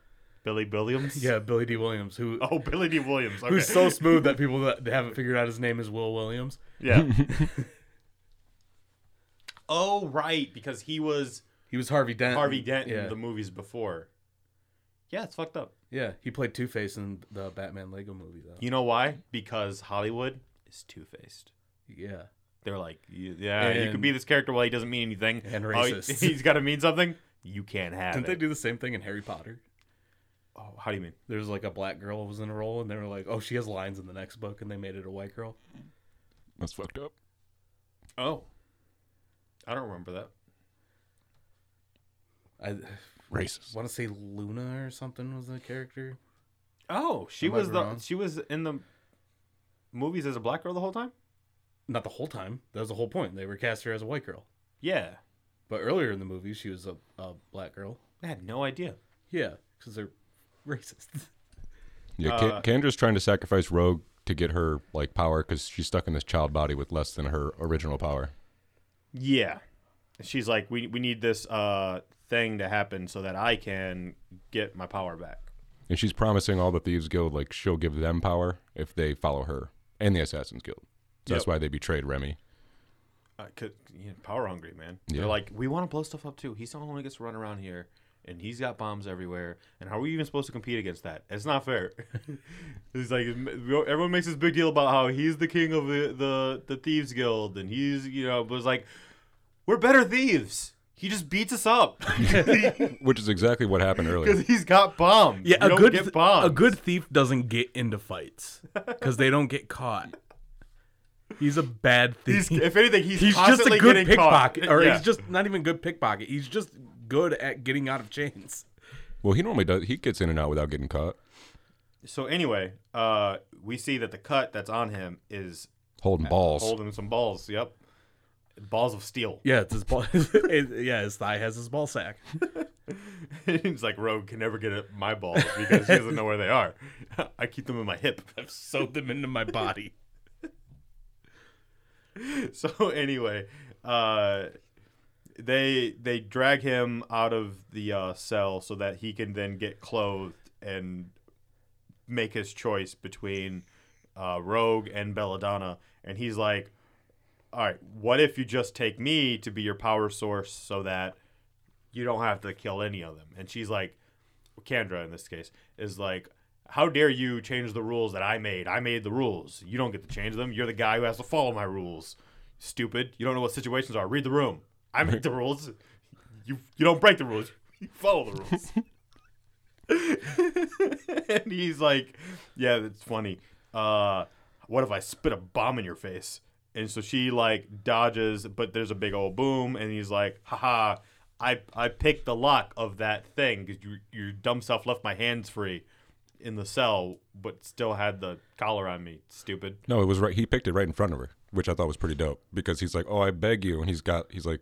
B: Billy Williams.
C: Yeah, Billy D. Williams, who
B: Oh, Billy D. Williams. Okay.
C: who's so smooth that people that haven't figured out his name is Will Williams.
B: yeah. oh, right, because he was
C: He was Harvey Dent.
B: Harvey Dent
C: Yeah,
B: in the movies before. Yeah, it's fucked up.
C: yeah. He played Two Face in the Batman Lego movie though.
B: You know why? Because Hollywood is two faced.
C: Yeah.
B: They're like, y- yeah, you
C: And-
B: can be this character while he doesn't mean anything.
C: And
B: Oh,
C: racist.
B: he's got to mean something. You can't have
C: Didn't
B: it.
C: they do the same thing in Harry Potter?
B: oh, how do you mean?
C: There's like a black girl was in a role, and they were like, "Oh, she has lines in the next book," and they made it a white girl.
D: That's fucked up.
B: Oh, I don't remember that.
C: I
D: Racist.
C: want to say Luna or something was the character.
B: Oh, she
C: Am I
B: was the
C: wrong?
B: she was in the movies as a black girl the whole time.
C: Not the whole time. That was the whole point. They were cast her as a white girl.
B: Yeah,
C: But earlier in the movie, she was a, a black girl.
B: I had no idea.
C: Yeah, because they're racist.
D: Yeah.
B: Uh,
D: Ka- Kendra's trying to sacrifice Rogue to get her like power because she's stuck in this child body with less than her original power.
B: Yeah, she's like, we we need this uh thing to happen so that I can get my power back.
D: And she's promising all the Thieves Guild like she'll give them power if they follow her and the Assassins Guild. So that's
B: Yep.
D: why they betrayed Remy.
B: Uh, 'cause, you know, power hungry man.
D: Yeah.
B: They're like, we want to blow stuff up too. He's the only one who gets to run around here, and he's got bombs everywhere. And how are we even supposed to compete against that? It's not fair. it's like everyone makes this big deal about how he's the king of the the, the thieves guild, and he's you know, but it's like, we're better thieves. He just beats us up
D: Which is exactly what happened earlier.
B: because he's got bombs.
C: Yeah,
B: We
C: a
B: don't
C: good
B: get
C: th-
B: bombs.
C: a good thief doesn't get into fights because they don't get caught. He's a bad thief.
B: He's, if anything, he's,
C: He's just
B: constantly
C: a good
B: getting caught.
C: pickpocket, or
B: Yeah.
C: he's just not even good pickpocket. He's just good at getting out of chains.
D: Well, he normally does. He gets in and out without getting caught.
B: So anyway, uh, we see that the cut that's on him is
D: Holding balls.
B: holding some balls. Yep, balls of steel.
C: Yeah, it's his ball. yeah, his thigh has his ball sack.
B: He's like, Rogue can never get at my balls because he doesn't know where they are. I keep them in my hip.
C: I've sewed them into my body.
B: So anyway, uh, they they drag him out of the uh, cell so that he can then get clothed and make his choice between uh, Rogue and Belladonna. And he's like, "All right, what if you just take me to be your power source so that you don't have to kill any of them?" And she's like, Kendra in this case is like. How dare you change the rules that I made? I made the rules. You don't get to change them. You're the guy who has to follow my rules. Stupid. You don't know what situations are. Read the room. I make the rules. You you don't break the rules. You follow the rules. and he's like, yeah, that's funny. Uh, what if I spit a bomb in your face? And so she like dodges, but there's a big old boom, and he's like, haha, I I picked the lock of that thing because you, your dumb self left my hands free in the cell, but still had the collar on me. Stupid.
D: No, it was right. He picked it right in front of her, which I thought was pretty dope because he's like, "Oh, I beg you," and he's got he's like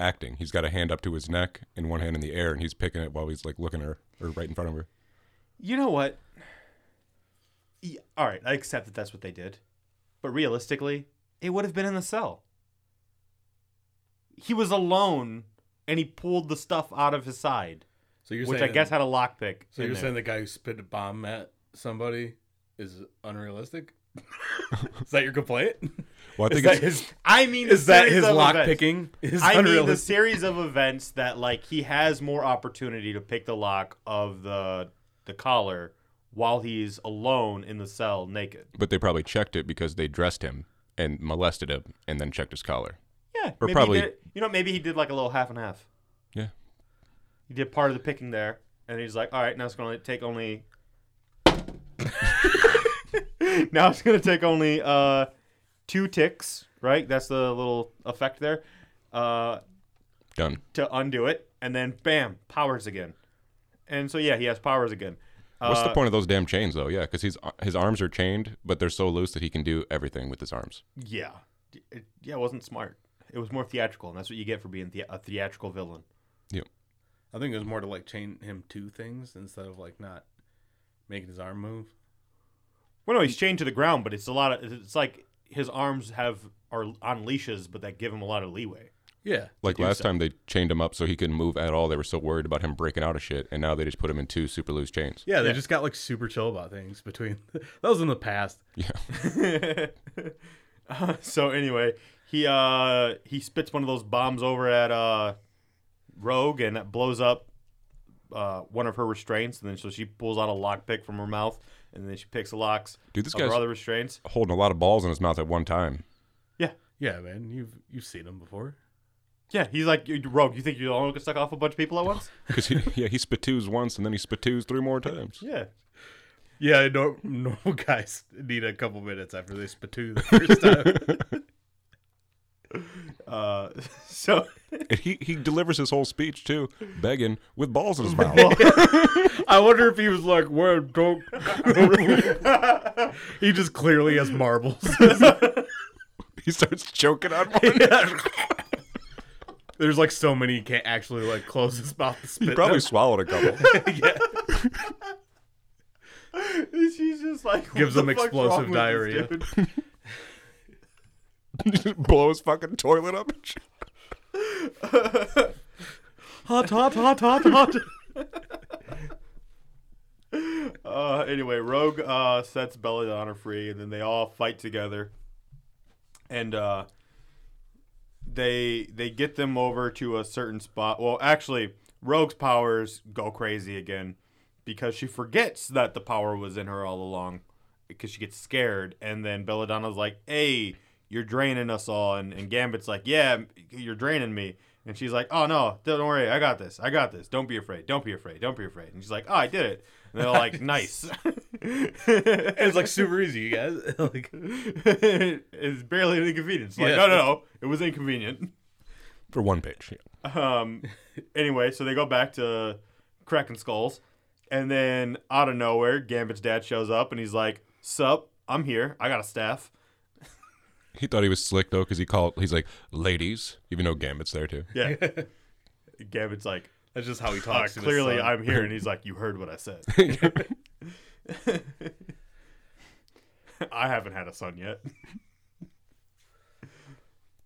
D: acting. He's got a hand up to his neck and one hand in the air, and he's picking it while he's like looking at her or right in front of her.
B: You know what? Yeah, all right, I accept that that's what they did. But realistically, it would have been in the cell. He was alone and he pulled the stuff out of his side,
C: So you're
B: which I
C: saying,
B: guess had a lockpick.
C: So
B: in
C: you're
B: there.
C: saying the guy who spit a bomb at somebody is unrealistic? is that your complaint?
D: Well, I
C: Is
D: think
C: that
D: it's,
C: his?
B: I mean, the
C: Is that
B: series
C: his
B: of
C: lock
B: events.
C: picking? Is
B: I mean, the
C: unrealistic?
B: series of events that like he has more opportunity to pick the lock of the the collar while he's alone in the cell naked.
D: but they probably checked it because they dressed him and molested him and then checked his collar.
B: Yeah,
D: Or
B: maybe he
D: probably-
B: did- you know maybe he did like a little half and half.
D: Yeah,
B: He did part of the picking there, and he's like, "All right, now it's going to take only." now it's going to take only uh, two ticks, right? That's the little effect there uh,
D: done.
B: to undo it, and then bam, powers again. And so yeah, he has powers again.
D: What's the
B: Uh,
D: point of those damn chains though? Yeah, because he's uh, his arms are chained, but they're so loose that he can do everything with his arms.
B: Yeah, it, yeah, it wasn't smart. It was more theatrical, and that's what you get for being the- a theatrical villain.
C: I think it was more to like chain him to things instead of like not making his arm move.
B: Well, no, he's chained to the ground, but it's a lot of. It's like his arms have are on leashes, but that give him a lot of leeway.
C: Yeah,
D: Like last time, they chained him up so he couldn't move at all. They were so worried about him breaking out of shit, and now they just put him in two super loose chains.
C: Yeah, they just got like super chill about things between. that was in the past.
B: Uh, so anyway, he uh he spits one of those bombs over at uh Rogue and that blows up uh one of her restraints and then so she pulls out a lockpick from her mouth and then she picks the locks
D: Dude, this
B: of her
D: guy's-
B: other restraints.
D: Holding a lot of balls in his mouth at one time.
B: Yeah.
C: Yeah, man, you've you've seen him before.
B: Yeah, he's like "You- Rogue, you think you're the only one who can suck off a bunch of people at once?
D: Because he, yeah, he spittoos once and then he spittoos three more times.
B: yeah.
C: Yeah, nor- normal guys need a couple minutes after they spitoo the first time.
B: Uh so
D: And he, he delivers his whole speech too, begging with balls in his mouth.
C: I wonder if he was like, "Where don't." he just clearly has marbles.
D: He starts choking on one.
C: There's like so many he can't actually like close his mouth to spit.
D: He probably
C: them.
D: swallowed a couple.
B: she's just like what
C: Gives
B: the
C: him
B: fuck's wrong
C: explosive
B: with this
C: diarrhea.
B: dude?
D: He just blow his fucking toilet up. and shit.
C: hot, hot, hot, hot, hot.
B: Uh, anyway, Rogue uh, sets Belladonna free, and then they all fight together, and uh, they they get them over to a certain spot. Well, actually, Rogue's powers go crazy again because she forgets that the power was in her all along because she gets scared, and then Belladonna's like, "Hey, you're draining us all," and, and Gambit's like, "Yeah, you're draining me." And she's like, "Oh no, don't worry, I got this. I got this. Don't be afraid. Don't be afraid. Don't be afraid." And she's like, "Oh, I did it." And they're like, "Nice."
E: It's like super easy, you guys. like,
B: it's barely an inconvenience. Like,
E: Yeah.
B: no, no, no, it was inconvenient.
D: for one page. Yeah.
B: Um, anyway, so they go back to cracking skulls, and then out of nowhere, Gambit's dad shows up and he's like, "Sup, I'm here. I got a staff."
D: He thought he was slick though, because he called. He's like, "Ladies," even though Gambit's there too.
B: Yeah. Gambit's like,
E: that's just how he
B: "Uh,
E: talks. to his
B: "Clearly,
E: son.
B: I'm here," and he's like, "You heard what I said." I haven't had a son yet.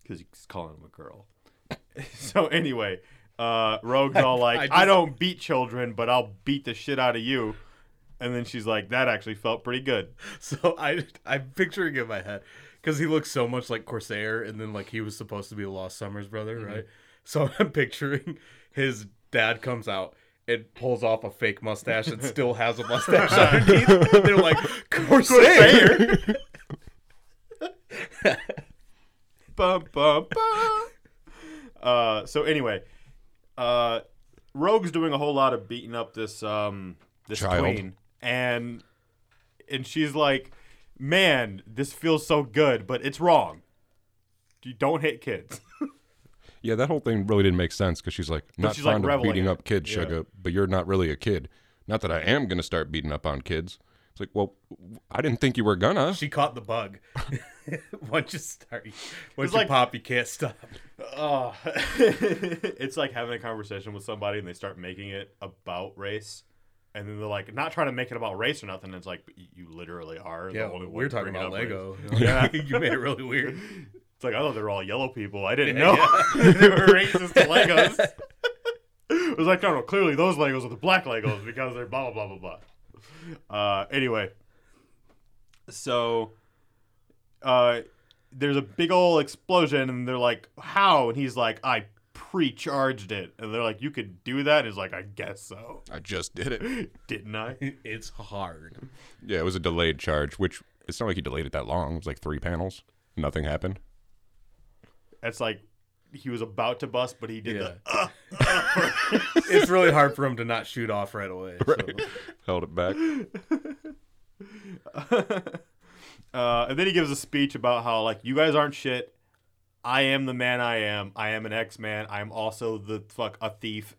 B: Because he's calling him a girl. so anyway, uh, Rogue's all like, I,
E: I just-
B: don't beat children, but I'll beat the shit out of you." And then she's like, "That actually felt pretty good."
E: So I I'm picturing in my head because he looks so much like Corsair, and then like he was supposed to be Lost Summers' brother,
B: Mm-hmm.
E: right? So I'm picturing his dad comes out. and pulls off a fake mustache and still has a mustache underneath. They're like Corsair.
B: Fair. bum, bum, bum. Uh, so anyway, uh, Rogue's doing a whole lot of beating up this um, this
D: Child.
B: queen, and and she's like, "Man, this feels so good, but it's wrong. You don't hit kids."
D: Yeah, that whole thing really didn't make sense because she's like not
B: she's, like,
D: fond of
B: reveling
D: beating
B: in
D: up kids,
B: Yeah.
D: sugar. But you're not really a kid. Not that I am gonna start beating up on kids. It's like, well, I didn't think you were gonna.
E: She caught the bug. once you start, once
B: It's
E: you
B: like-
E: pop, you can't stop.
B: Oh. it's like having a conversation with somebody and they start making it about race. And then they're like, not trying to make it about race or nothing. It's like, "But you literally are. the
E: Yeah,
B: only one
E: we're talking
B: bringing
E: about
B: up race."
E: Lego.
B: Yeah.
E: you made it really weird.
B: It's like, I thought they were all yellow people. I didn't know they were racist to Legos. it was like, no, no, clearly those Legos are the black Legos because they're blah, blah, blah, blah, blah. Uh, anyway, so uh, there's a big ol' explosion, and they're like, how? And he's like, I pre-charged it. And they're like, you could do that? And he's like, I guess so.
D: I just did it.
B: Didn't I?
E: It's hard.
D: Yeah, it was a delayed charge, which it's not like he delayed it that long. It was like three panels. Nothing happened.
B: It's like, he was about to bust, but he did
E: Yeah.
B: the
E: it's really hard for him to not shoot off right away. so-
D: Held it back.
B: Uh, and then he gives a speech about how like you guys aren't shit. I am the man I am. I am an X man. I'm also the fuck a thief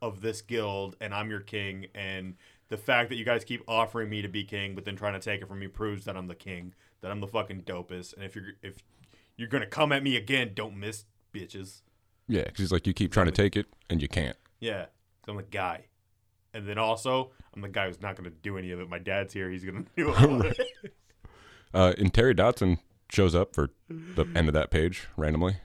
B: of this guild, and I'm your king. And the fact that you guys keep offering me to be king, but then trying to take it from me proves that I'm the king. That I'm the fucking dopest. And if you're if you're gonna come at me again, don't miss, bitches.
D: Yeah, because he's like, you keep trying to take it and you can't.
B: Yeah, 'cause I'm the guy. And then also, I'm the guy who's not gonna do any of it. My dad's here. He's gonna do all of it.
D: Uh, and Terry Dotson shows up for the end of that page randomly.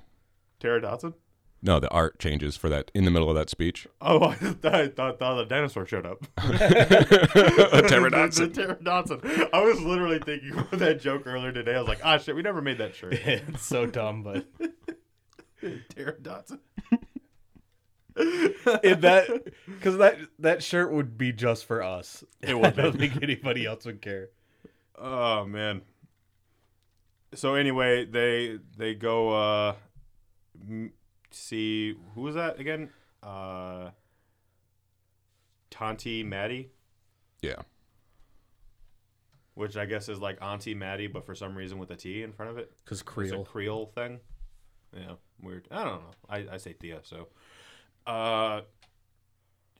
B: Tara Dotson.
D: No, the art changes for that in the middle of that speech.
B: Oh, I thought, I thought the dinosaur showed up.
D: a pterodactyl.
B: The pterodactyl. I was literally thinking of that joke earlier today. I was like, ah, shit, we never made that shirt.
E: it's so dumb, but
B: Pterodactyl.
E: if that because that that shirt would be just for us.
B: It would
E: I don't
B: be.
E: think anybody else would care.
B: Oh man. So anyway, they they go uh m- see who was that again? Uh Tanti Maddie,
D: Yeah.
B: which I guess is like Auntie Maddie, but for some reason with a T in front of it.
C: Because
B: It's a
C: Creole.
B: Creole thing. Yeah, weird. I don't know. I, I say Thea, so. Uh,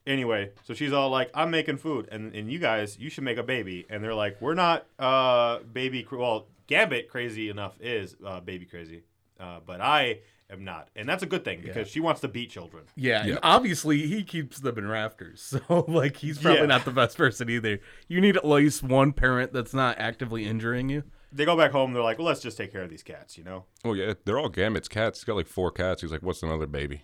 B: anyway, so she's all like, I'm making food, and, and you guys, you should make a baby. And they're like, we're not uh, baby, cra- well, Gambit, crazy enough, is uh, baby crazy, uh, but I am not. And that's a good thing because she wants to beat children.
C: Yeah,
D: Yeah.
C: and obviously he keeps them in rafters. So like he's probably
B: Yeah.
C: not the best person either. You need at least one parent that's not actively injuring you.
B: They go back home, they're like, well, let's just take care of these cats, you know?
D: Oh, yeah. They're all Gambit's cats. He's got like four cats. He's like, what's another baby?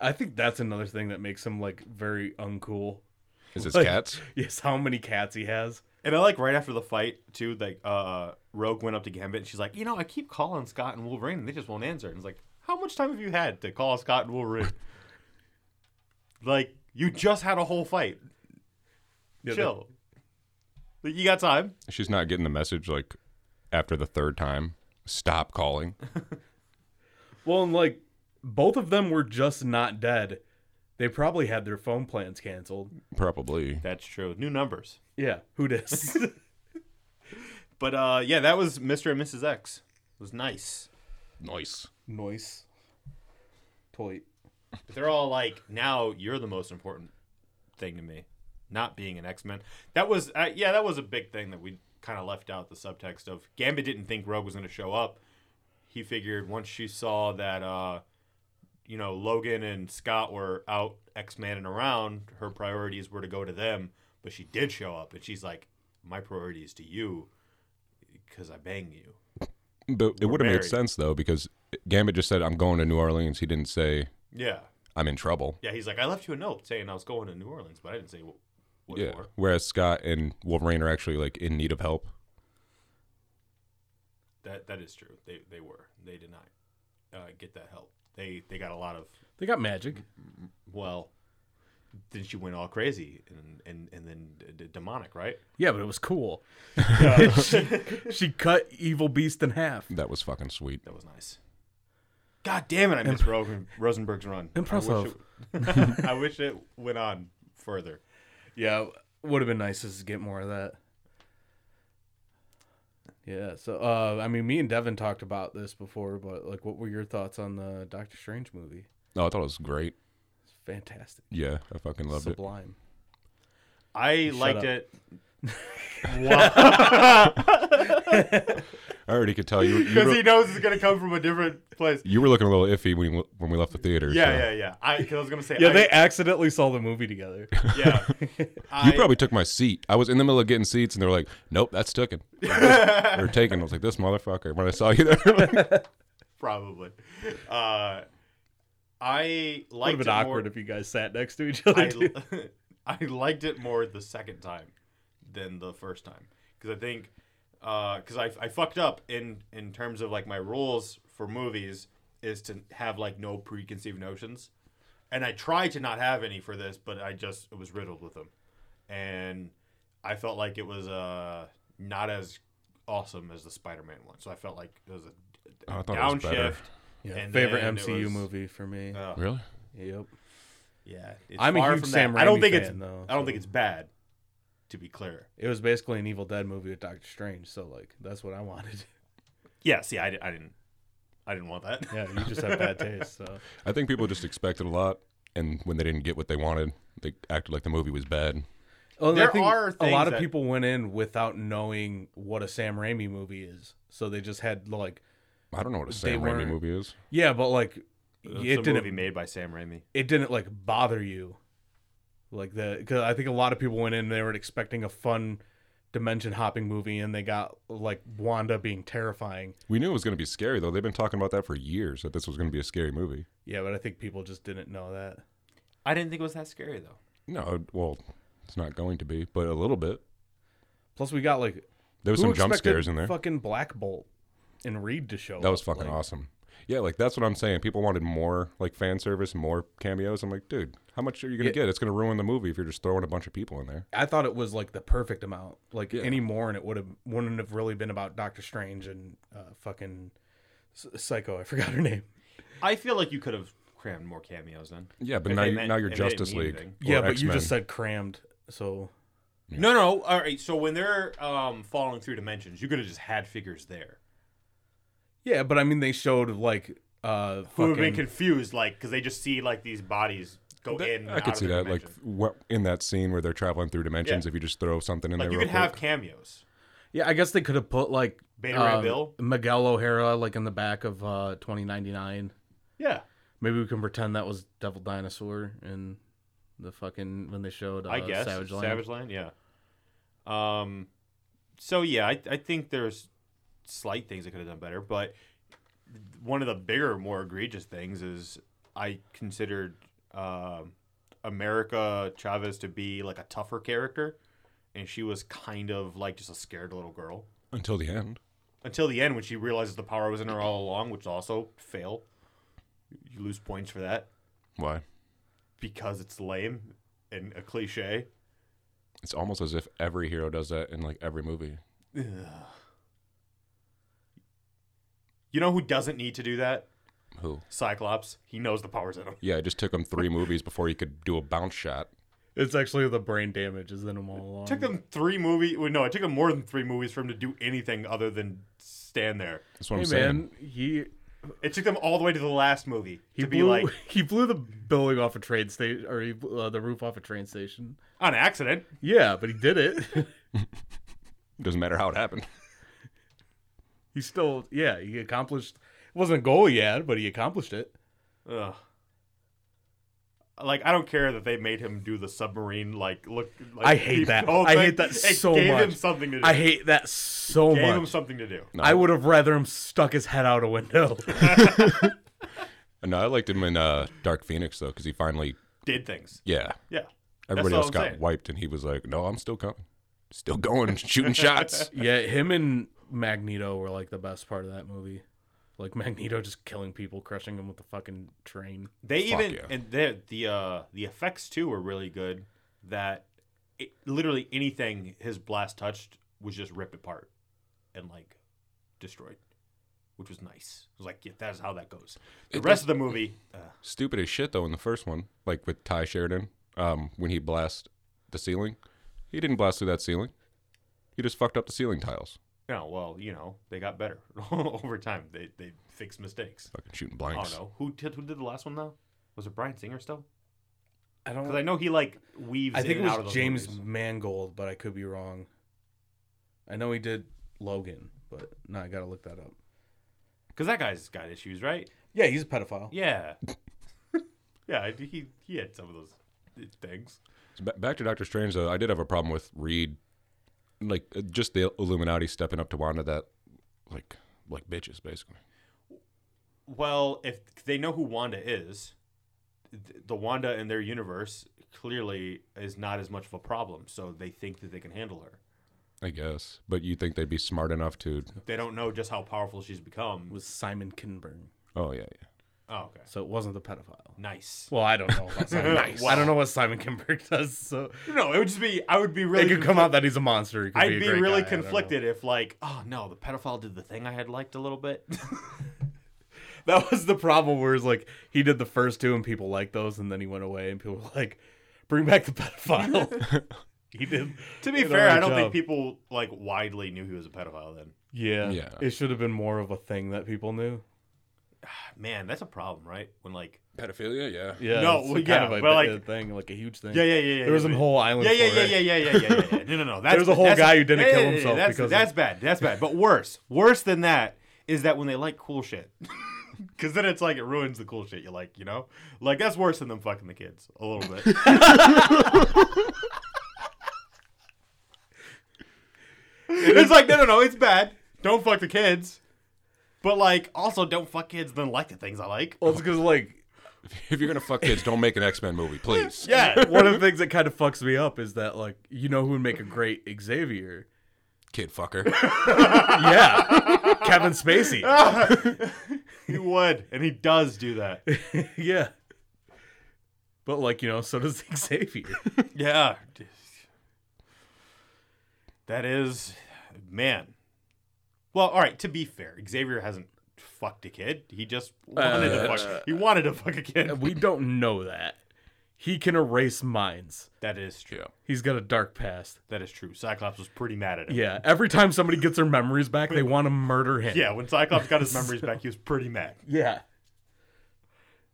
E: I think that's another thing that makes him like very uncool.
D: Is this
E: Like-
D: cats?
E: Yes, how many cats he has?
B: And I like right after the fight too, like uh Rogue went up to Gambit and she's like, you know, I keep calling Scott and Wolverine and they just won't answer. And it's like, how much time have you had to call Scott and Wolverine? like, you just had a whole fight.
E: Yeah,
B: Chill. Like, you got time.
D: She's not getting the message like after the third time. Stop calling.
E: Well, and like
C: both of them were just not dead. They probably had their phone plans canceled.
D: Probably.
B: That's true. New numbers.
C: Yeah, who dis?
B: But uh, yeah, that was Mr. and Mrs. X. It was nice.
D: Nice.
C: Noise. Toy.
B: But they're all like, now you're the most important thing to me, not being an X Men. That was, uh, yeah, that was a big thing that we kind of left out the subtext of. Gambit didn't think Rogue was going to show up. He figured once she saw that, uh, you know, Logan and Scott were out X Men and around, her priorities were to go to them. But she did show up, and she's like, my priority is to you because I bang you.
D: But it would have made
B: married.
D: sense though because Gambit just said, "I'm going to New Orleans." He didn't say,
B: Yeah.
D: "I'm in trouble."
B: Yeah, he's like, I left you a note saying I was going to New Orleans, but I didn't say what, what
D: Yeah.
B: for.
D: Whereas Scott and Wolverine are actually like in need of help.
B: That that is true. They they were. They did not uh, get that help. They they got a lot of
C: They got magic.
B: well. Then she went all crazy and and and then d- d- demonic, right?
C: Yeah, but it was cool. she, she cut evil beast in half.
D: That was fucking sweet.
B: That was nice. God damn it! I miss Rosen, Rosenberg's run.
C: Impressive.
B: I wish, it, I wish it went on further.
C: Yeah, would have been nice to get more of that. Yeah, so uh, I mean, me and Devin talked about this before, but like, what were your thoughts on the Doctor Strange movie?
D: No, Oh, I thought it was great.
C: It's fantastic,
D: Yeah, I fucking loved it.
C: sublime.
B: I liked
C: up.
B: it.
D: I already could tell you. You,
B: Because he
D: were,
B: knows it's gonna come from a different place.
D: you were looking a little iffy when you- when we left the theater. so.
B: Yeah, yeah, yeah. I, cause I was gonna say,
C: Yeah,
B: I-
C: they accidentally saw the movie together.
B: yeah. I,
D: You probably took my seat. I was in the middle of getting seats, and they were like, "Nope, that's taken." or taken. I was like, "This motherfucker!" When I saw you there,
B: probably. Uh, I
C: would have
B: liked
C: been
B: it
C: awkward
B: more.
C: if you guys sat next to each other. too.
B: I, I liked it more the second time than the first time because I think because I, I fucked up in in terms of like my rules for movies is to have like no preconceived notions, and I tried to not have any for this, but I just it was riddled with them, and I felt like it was uh not as awesome as the Spider-Man one, so I felt like it was a,
D: Oh, I
B: a
D: thought it was better.
B: downshift.
C: Yeah,
B: and
C: favorite
B: then it
C: MCU
B: was-
C: movie for me.
B: Uh,
D: really?
C: yep.
B: Yeah, it's
C: I'm a
B: far
C: huge
B: from
C: Sam
B: that. I don't
C: Raimi
B: think it's
C: fan, though,
B: I don't
C: so-
B: think it's bad. To be clear,
C: It was basically an Evil Dead movie with Doctor Strange, so like that's what I wanted.
B: yeah. See, I, di- I didn't, I didn't want that.
C: Yeah, you just have bad taste. So
D: I think people just expected a lot, and when they didn't get what they wanted, they acted like the movie was bad.
C: Well, and
B: There are
C: a
B: things
C: lot of
B: that-
C: people went in without knowing what a Sam Raimi movie is, so they just had like
D: I don't know what a
C: They
D: Sam Raimi
C: weren't-
D: movie is.
C: yeah, but like
B: It's
C: it
B: a
C: didn't
B: movie made by Sam Raimi.
C: it didn't like bother you like that because I think a lot of people went in and they were expecting a fun dimension hopping movie and they got like Wanda being terrifying.
D: We knew it was going to be scary though. They've been talking about that for years that this was going to be a scary movie.
C: Yeah, but I think people just didn't know that.
B: I didn't think it was that scary though.
D: No, well, it's not going to be, but a little bit.
C: Plus, we got like
D: There was
C: who
D: some jump
C: expected
D: scares in there.
C: Fucking Black Bolt and Reed to show.
D: That was
C: up?
D: fucking
C: Like,
D: awesome. Yeah, like that's what I'm saying. People wanted more like fan service, more cameos. I'm like, dude, how much are you gonna
C: Yeah.
D: get? It's gonna ruin the movie if you're just throwing a bunch of people in there.
C: I thought it was like the perfect amount. Like any more, and it would have wouldn't have really been about Doctor Strange and uh, fucking S- Psycho. I forgot her name.
B: I feel like you could have crammed more cameos then.
D: Yeah, but
B: If
D: now,
B: they
D: you,
B: meant-
D: now you're
B: if they didn't
D: Justice
B: need
D: League.
B: anything.
D: or
C: yeah, but you
D: X-Men.
C: just said crammed. So
B: No, no. All right. So when they're um falling through dimensions, you could have just had figures there.
C: yeah, but I mean they showed like
B: Who
C: uh
B: would have been
C: fucking
B: confused, like because they just see like these bodies go in. and
D: I
B: out
D: could
B: of
D: see
B: their
D: that,
B: dimension.
D: like what in that scene where they're traveling through dimensions.
B: Yeah.
D: If you just throw something in
B: like
D: there,
B: you
D: real
B: could have
D: quick.
B: cameos.
C: yeah. I guess they could have put like
B: Beta Ray
C: um,
B: Bill?
C: Miguel O'Hara like in the back of uh 2099.
B: Yeah.
C: Maybe we can pretend that was Devil Dinosaur and the fucking when they showed uh,
B: I guess
C: Savage Land.
B: yeah. Um, so yeah, I, I think there's slight things I could have done better, but one of the bigger, more egregious things is I considered um America Chavez to be like a tougher character, and she was kind of like just a scared little girl
D: until the end.
B: until the end when she realizes the power was in her all along, which also fail. You lose points for that
D: Why?
B: because it's lame and a cliche.
D: It's almost as if every hero does that in like every movie.
B: You know who doesn't need to do that?
D: Who?
B: Cyclops. He knows the powers in him.
D: Yeah, it just took him three movies before he could do a bounce shot.
C: It's actually the brain damage is in them all along.
B: It took them three movies. Well, no, it took them more than three movies for him to do anything other than stand there.
D: That's what I'm
C: Hey
D: saying.
C: man, he
B: It took them all the way to the last movie
C: he
B: to
C: blew
B: be like
C: he blew the building off a train station or he blew, uh, the roof off a train station.
B: on accident.
C: Yeah, but he did it.
D: Doesn't matter how it happened.
C: he still yeah he accomplished. It wasn't a goal yet, but he accomplished it.
B: Ugh. Like I don't care that they made him do the submarine. Like look, like,
C: I hate
B: deep
C: that.
B: hole
C: I
B: thing.
C: hate that
B: It
C: so
B: gave Him
C: much.
B: something to do.
C: I hate that so
B: Gave him
C: much.
B: something to do.
C: I would have rather him stuck his head out a window.
D: No, I liked him in uh, Dark Phoenix though, because he finally,
B: Did things.
D: yeah,
B: Yeah.
D: everybody
B: what
D: else
B: I'm
D: got
B: saying.
D: wiped, and he was like, "No, I'm still coming, still going, shooting shots."
C: yeah, him and Magneto were like the best part of that movie. Like Magneto just killing people, crushing them with the fucking train.
B: They
D: Fuck
B: even
D: yeah.
B: and the the uh, the effects too were really good. That it, literally anything his blast touched was just ripped apart and like destroyed, which was nice. It was like yeah, that's how that goes. The rest of the movie, uh,
D: Stupid as shit though in the first one, like with Ty Sheridan, um, when he blasts the ceiling, he didn't blast through that ceiling. He just fucked up the ceiling tiles,
B: no, well, you know, they got better over time. They they fixed mistakes.
D: fucking shooting
B: I
D: blanks.
B: don't know who did, who did the last one though. Was it Brian Singer still?
C: I
B: Because
C: don't.
B: I know he like weaves.
C: I think
B: in
C: it
B: and out of those
C: was James
B: movies.
C: Mangold, but I could be wrong. I know he did Logan, but no, I gotta look that up.
B: Because that guy's got issues, right?
C: Yeah, he's a pedophile.
B: Yeah. yeah, he he had some of those things.
D: So ba- back to Doctor Strange though, I did have a problem with Reed, like uh, just the Illuminati stepping up to Wanda that, like, like bitches basically.
B: Well, if they know who Wanda is, th- the Wanda in their universe clearly is not as much of a problem, so they think that they can handle her.
D: I guess, but you think they'd be smart enough to?
B: They don't know just how powerful she's become.
C: It was Simon Kinburn,
D: Oh yeah, yeah.
B: Oh, okay.
C: so it wasn't the pedophile.
B: Nice.
C: Well, I don't know about Simon.
B: Nice.
C: I don't know what Simon Kinberg does. So
B: No, it would just be. I would be
C: it
B: really.
C: could come out that he's a monster. He could
B: I'd
C: a
B: be
C: great
B: really
C: guy, I don't know.
B: conflicted if, like, oh no, the pedophile did the thing I had liked a little bit.
C: That was the problem. Where it's like he did the first two and people liked those, and then he went away and people were like, "Bring back the pedophile." he did.
B: to be
C: did a
B: fair, I
C: hard
B: don't think
C: job.
B: people like widely knew he was a pedophile then.
C: Yeah,
D: Yeah.
C: It should have been more of a thing that people knew.
B: Man, that's a problem, right? When like,
D: Pedophilia, yeah.
C: Yeah.
B: No,
C: it's
B: well,
C: kind
B: yeah,
C: of a
B: but,
C: big
B: like-
C: thing, like a huge thing.
B: yeah, yeah, yeah, yeah.
C: There was
B: yeah,
C: a
B: yeah.
C: whole island.
B: Yeah, yeah,
C: for
B: yeah,
C: it.
B: yeah, yeah, yeah, yeah, yeah. No, no, no. That's,
C: was a whole
B: that's-
C: guy who didn't
B: yeah,
C: kill
B: yeah, yeah,
C: himself
B: That's,
C: because of-
B: that's bad. That's bad. But worse, worse than that is that when they like cool shit, because then it's like it ruins the cool shit you like. You know, like that's worse than them fucking the kids a little bit. it's like no, no, no. It's bad. Don't fuck the kids. But like, also don't fuck kids. Then like the things I like.
C: Well, it's because like
D: If you're gonna fuck kids, don't make an X Men movie, please.
B: Yeah.
C: one of the things that kind of fucks me up is that like you know who would make a great Xavier?
D: Kid fucker.
C: Yeah, Kevin Spacey.
B: Ah. He would, and he does do that.
C: yeah. But like you know, so does Xavier.
B: Yeah. That is, man. Well, all right. To be fair, Xavier hasn't fucked a kid. He just wanted to fuck. He wanted to fuck a kid.
C: we don't know that he can erase minds.
B: That is true.
C: He's got a dark past.
B: That is true. Cyclops was pretty mad at him.
C: Yeah, every time somebody gets their memories back, they want to murder him.
B: Yeah. When Cyclops got his memories back, he was pretty mad.
C: yeah.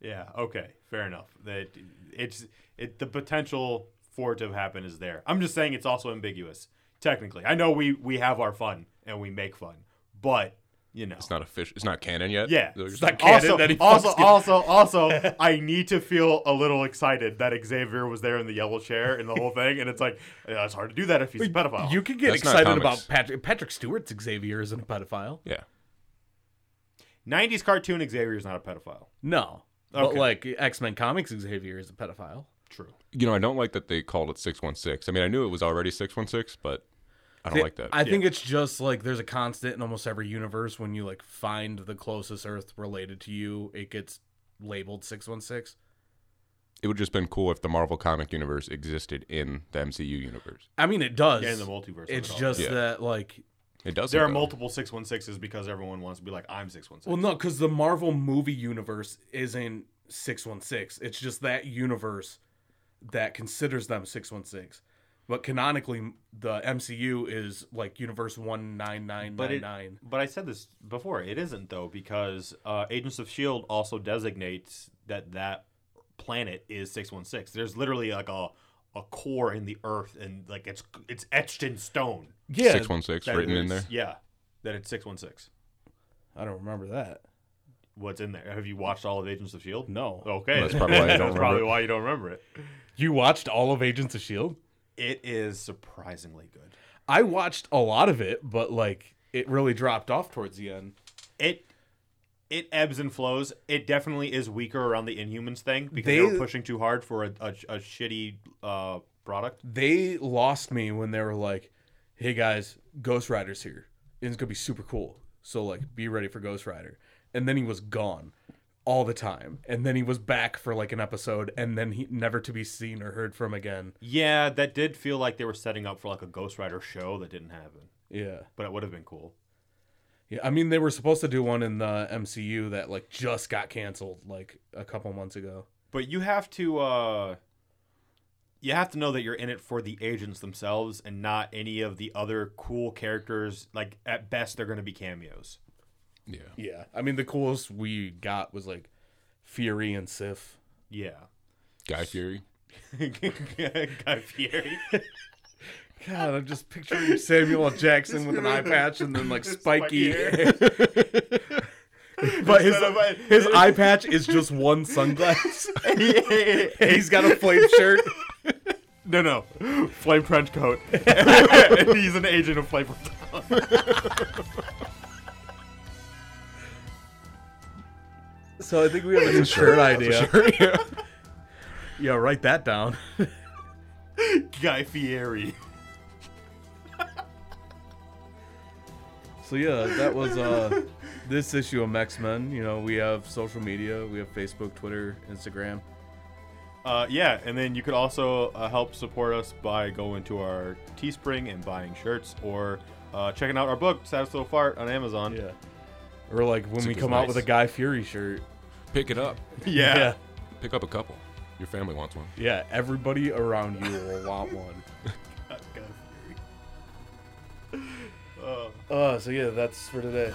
B: Yeah. Okay. Fair enough. That it's it the potential for it to have happened is there. I'm just saying it's also ambiguous. Technically, I know we we have our fun and we make fun, but you know
D: It's not official. It's not canon yet.
B: Yeah.
D: So you're
C: It's
D: saying-
C: not canon
B: Also,
C: that he
B: also,
C: fucks
B: also, also, I need to feel a little excited that Xavier was there in the yellow chair and the whole thing. And it's like, yeah, it's hard to do that if he's a pedophile.
C: You can get
D: That's not
C: excited
D: comics.
C: about Patrick. Patrick Stewart's Xavier isn't a pedophile.
D: yeah.
B: 90s cartoon Xavier's not a pedophile.
C: No, but
B: Okay.
C: like X Men comics, Xavier is a pedophile.
B: True.
D: You know, I don't like that they called it six one six. I mean, I knew it was already six one six, but I don't like that.
C: I think it's just like there's a constant in almost every universe when you like find the closest Earth related to you, it gets labeled six one six.
D: it would just been cool if the Marvel comic universe existed in the MCU universe.
C: I mean, it does.
B: Yeah, in the multiverse. of
C: it's
B: it all.
C: just
D: Yeah.
C: that like
D: It doesn't.
B: There are
D: though.
B: multiple 616s because everyone wants to be like, I'm 616.
F: Well, no, because the Marvel movie universe isn't 616. It's just that universe that considers them 616. But canonically, the MCU is like universe
B: but it,
F: 19999.
B: but I said this before. It isn't though because uh, Agents of Shield also designates that that planet is six one six. There's literally like a a core in the Earth, and like it's it's etched in stone.
F: Yeah.
D: 616
B: that
D: written in there.
B: it's- Yeah, that it's six one six.
F: I don't remember that.
B: What's in there? Have you watched all of Agents of Shield?
F: No.
B: Okay,
D: That's probably why you don't
B: That's probably
D: remember it.
B: why you don't remember it.
C: Oh. You watched all of Agents of Shield?
B: It is surprisingly good.
C: I watched a lot of it, but like it really dropped off towards the end.
B: It. It ebbs and flows. It definitely is weaker around the Inhumans thing because they,
C: They-
B: were pushing too hard for a, a, a shitty uh, product.
C: They lost me when they were like, "Hey guys, Ghost Rider's here. And it's gonna be super cool. So like, be ready for Ghost Rider." And then he was gone all the time, and then he was back for like an episode, and then he never to be seen or heard from again.
B: Yeah, that did feel like they were setting up for like a Ghost Rider show that didn't happen,
C: Yeah.
B: but it would have been cool.
C: Yeah, I mean they were supposed to do one in the MCU that like just got canceled like a couple months ago.
B: But you have to uh you have to know that you're in it for the agents themselves and not any of the other cool characters. Like at best they're going to be cameos.
D: Yeah.
C: Yeah. I mean the coolest we got was like Fury and Sif.
B: Yeah.
D: Guy Fury.
B: Guy Fieri.
C: God, I'm just picturing Samuel L. Jackson with an eye patch and then like spiky. hair. but his, his eye patch is just one sunglass. And He's got a flame shirt.
B: No, no. Flame trench coat. He's an agent of Flame Trench.
C: So I think we have a new shirt idea.
D: yeah.
C: Yeah, write that down.
B: Guy Fieri.
C: So yeah, that was uh this issue of X Men. You know, we have social media, we have Facebook, Twitter, Instagram.
B: Uh, yeah, and then you could also uh, help support us by going to our Teespring and buying shirts or uh, checking out our book, Saddest Little Fart, on Amazon.
C: Yeah. Or like when we
D: Super
C: come out with a
D: nice.
C: Guy Fury shirt.
D: Pick it up.
B: Yeah.
C: Yeah.
D: Pick up a couple. Your family wants one.
C: Yeah, everybody around you will want one. Uh, so yeah, that's for today.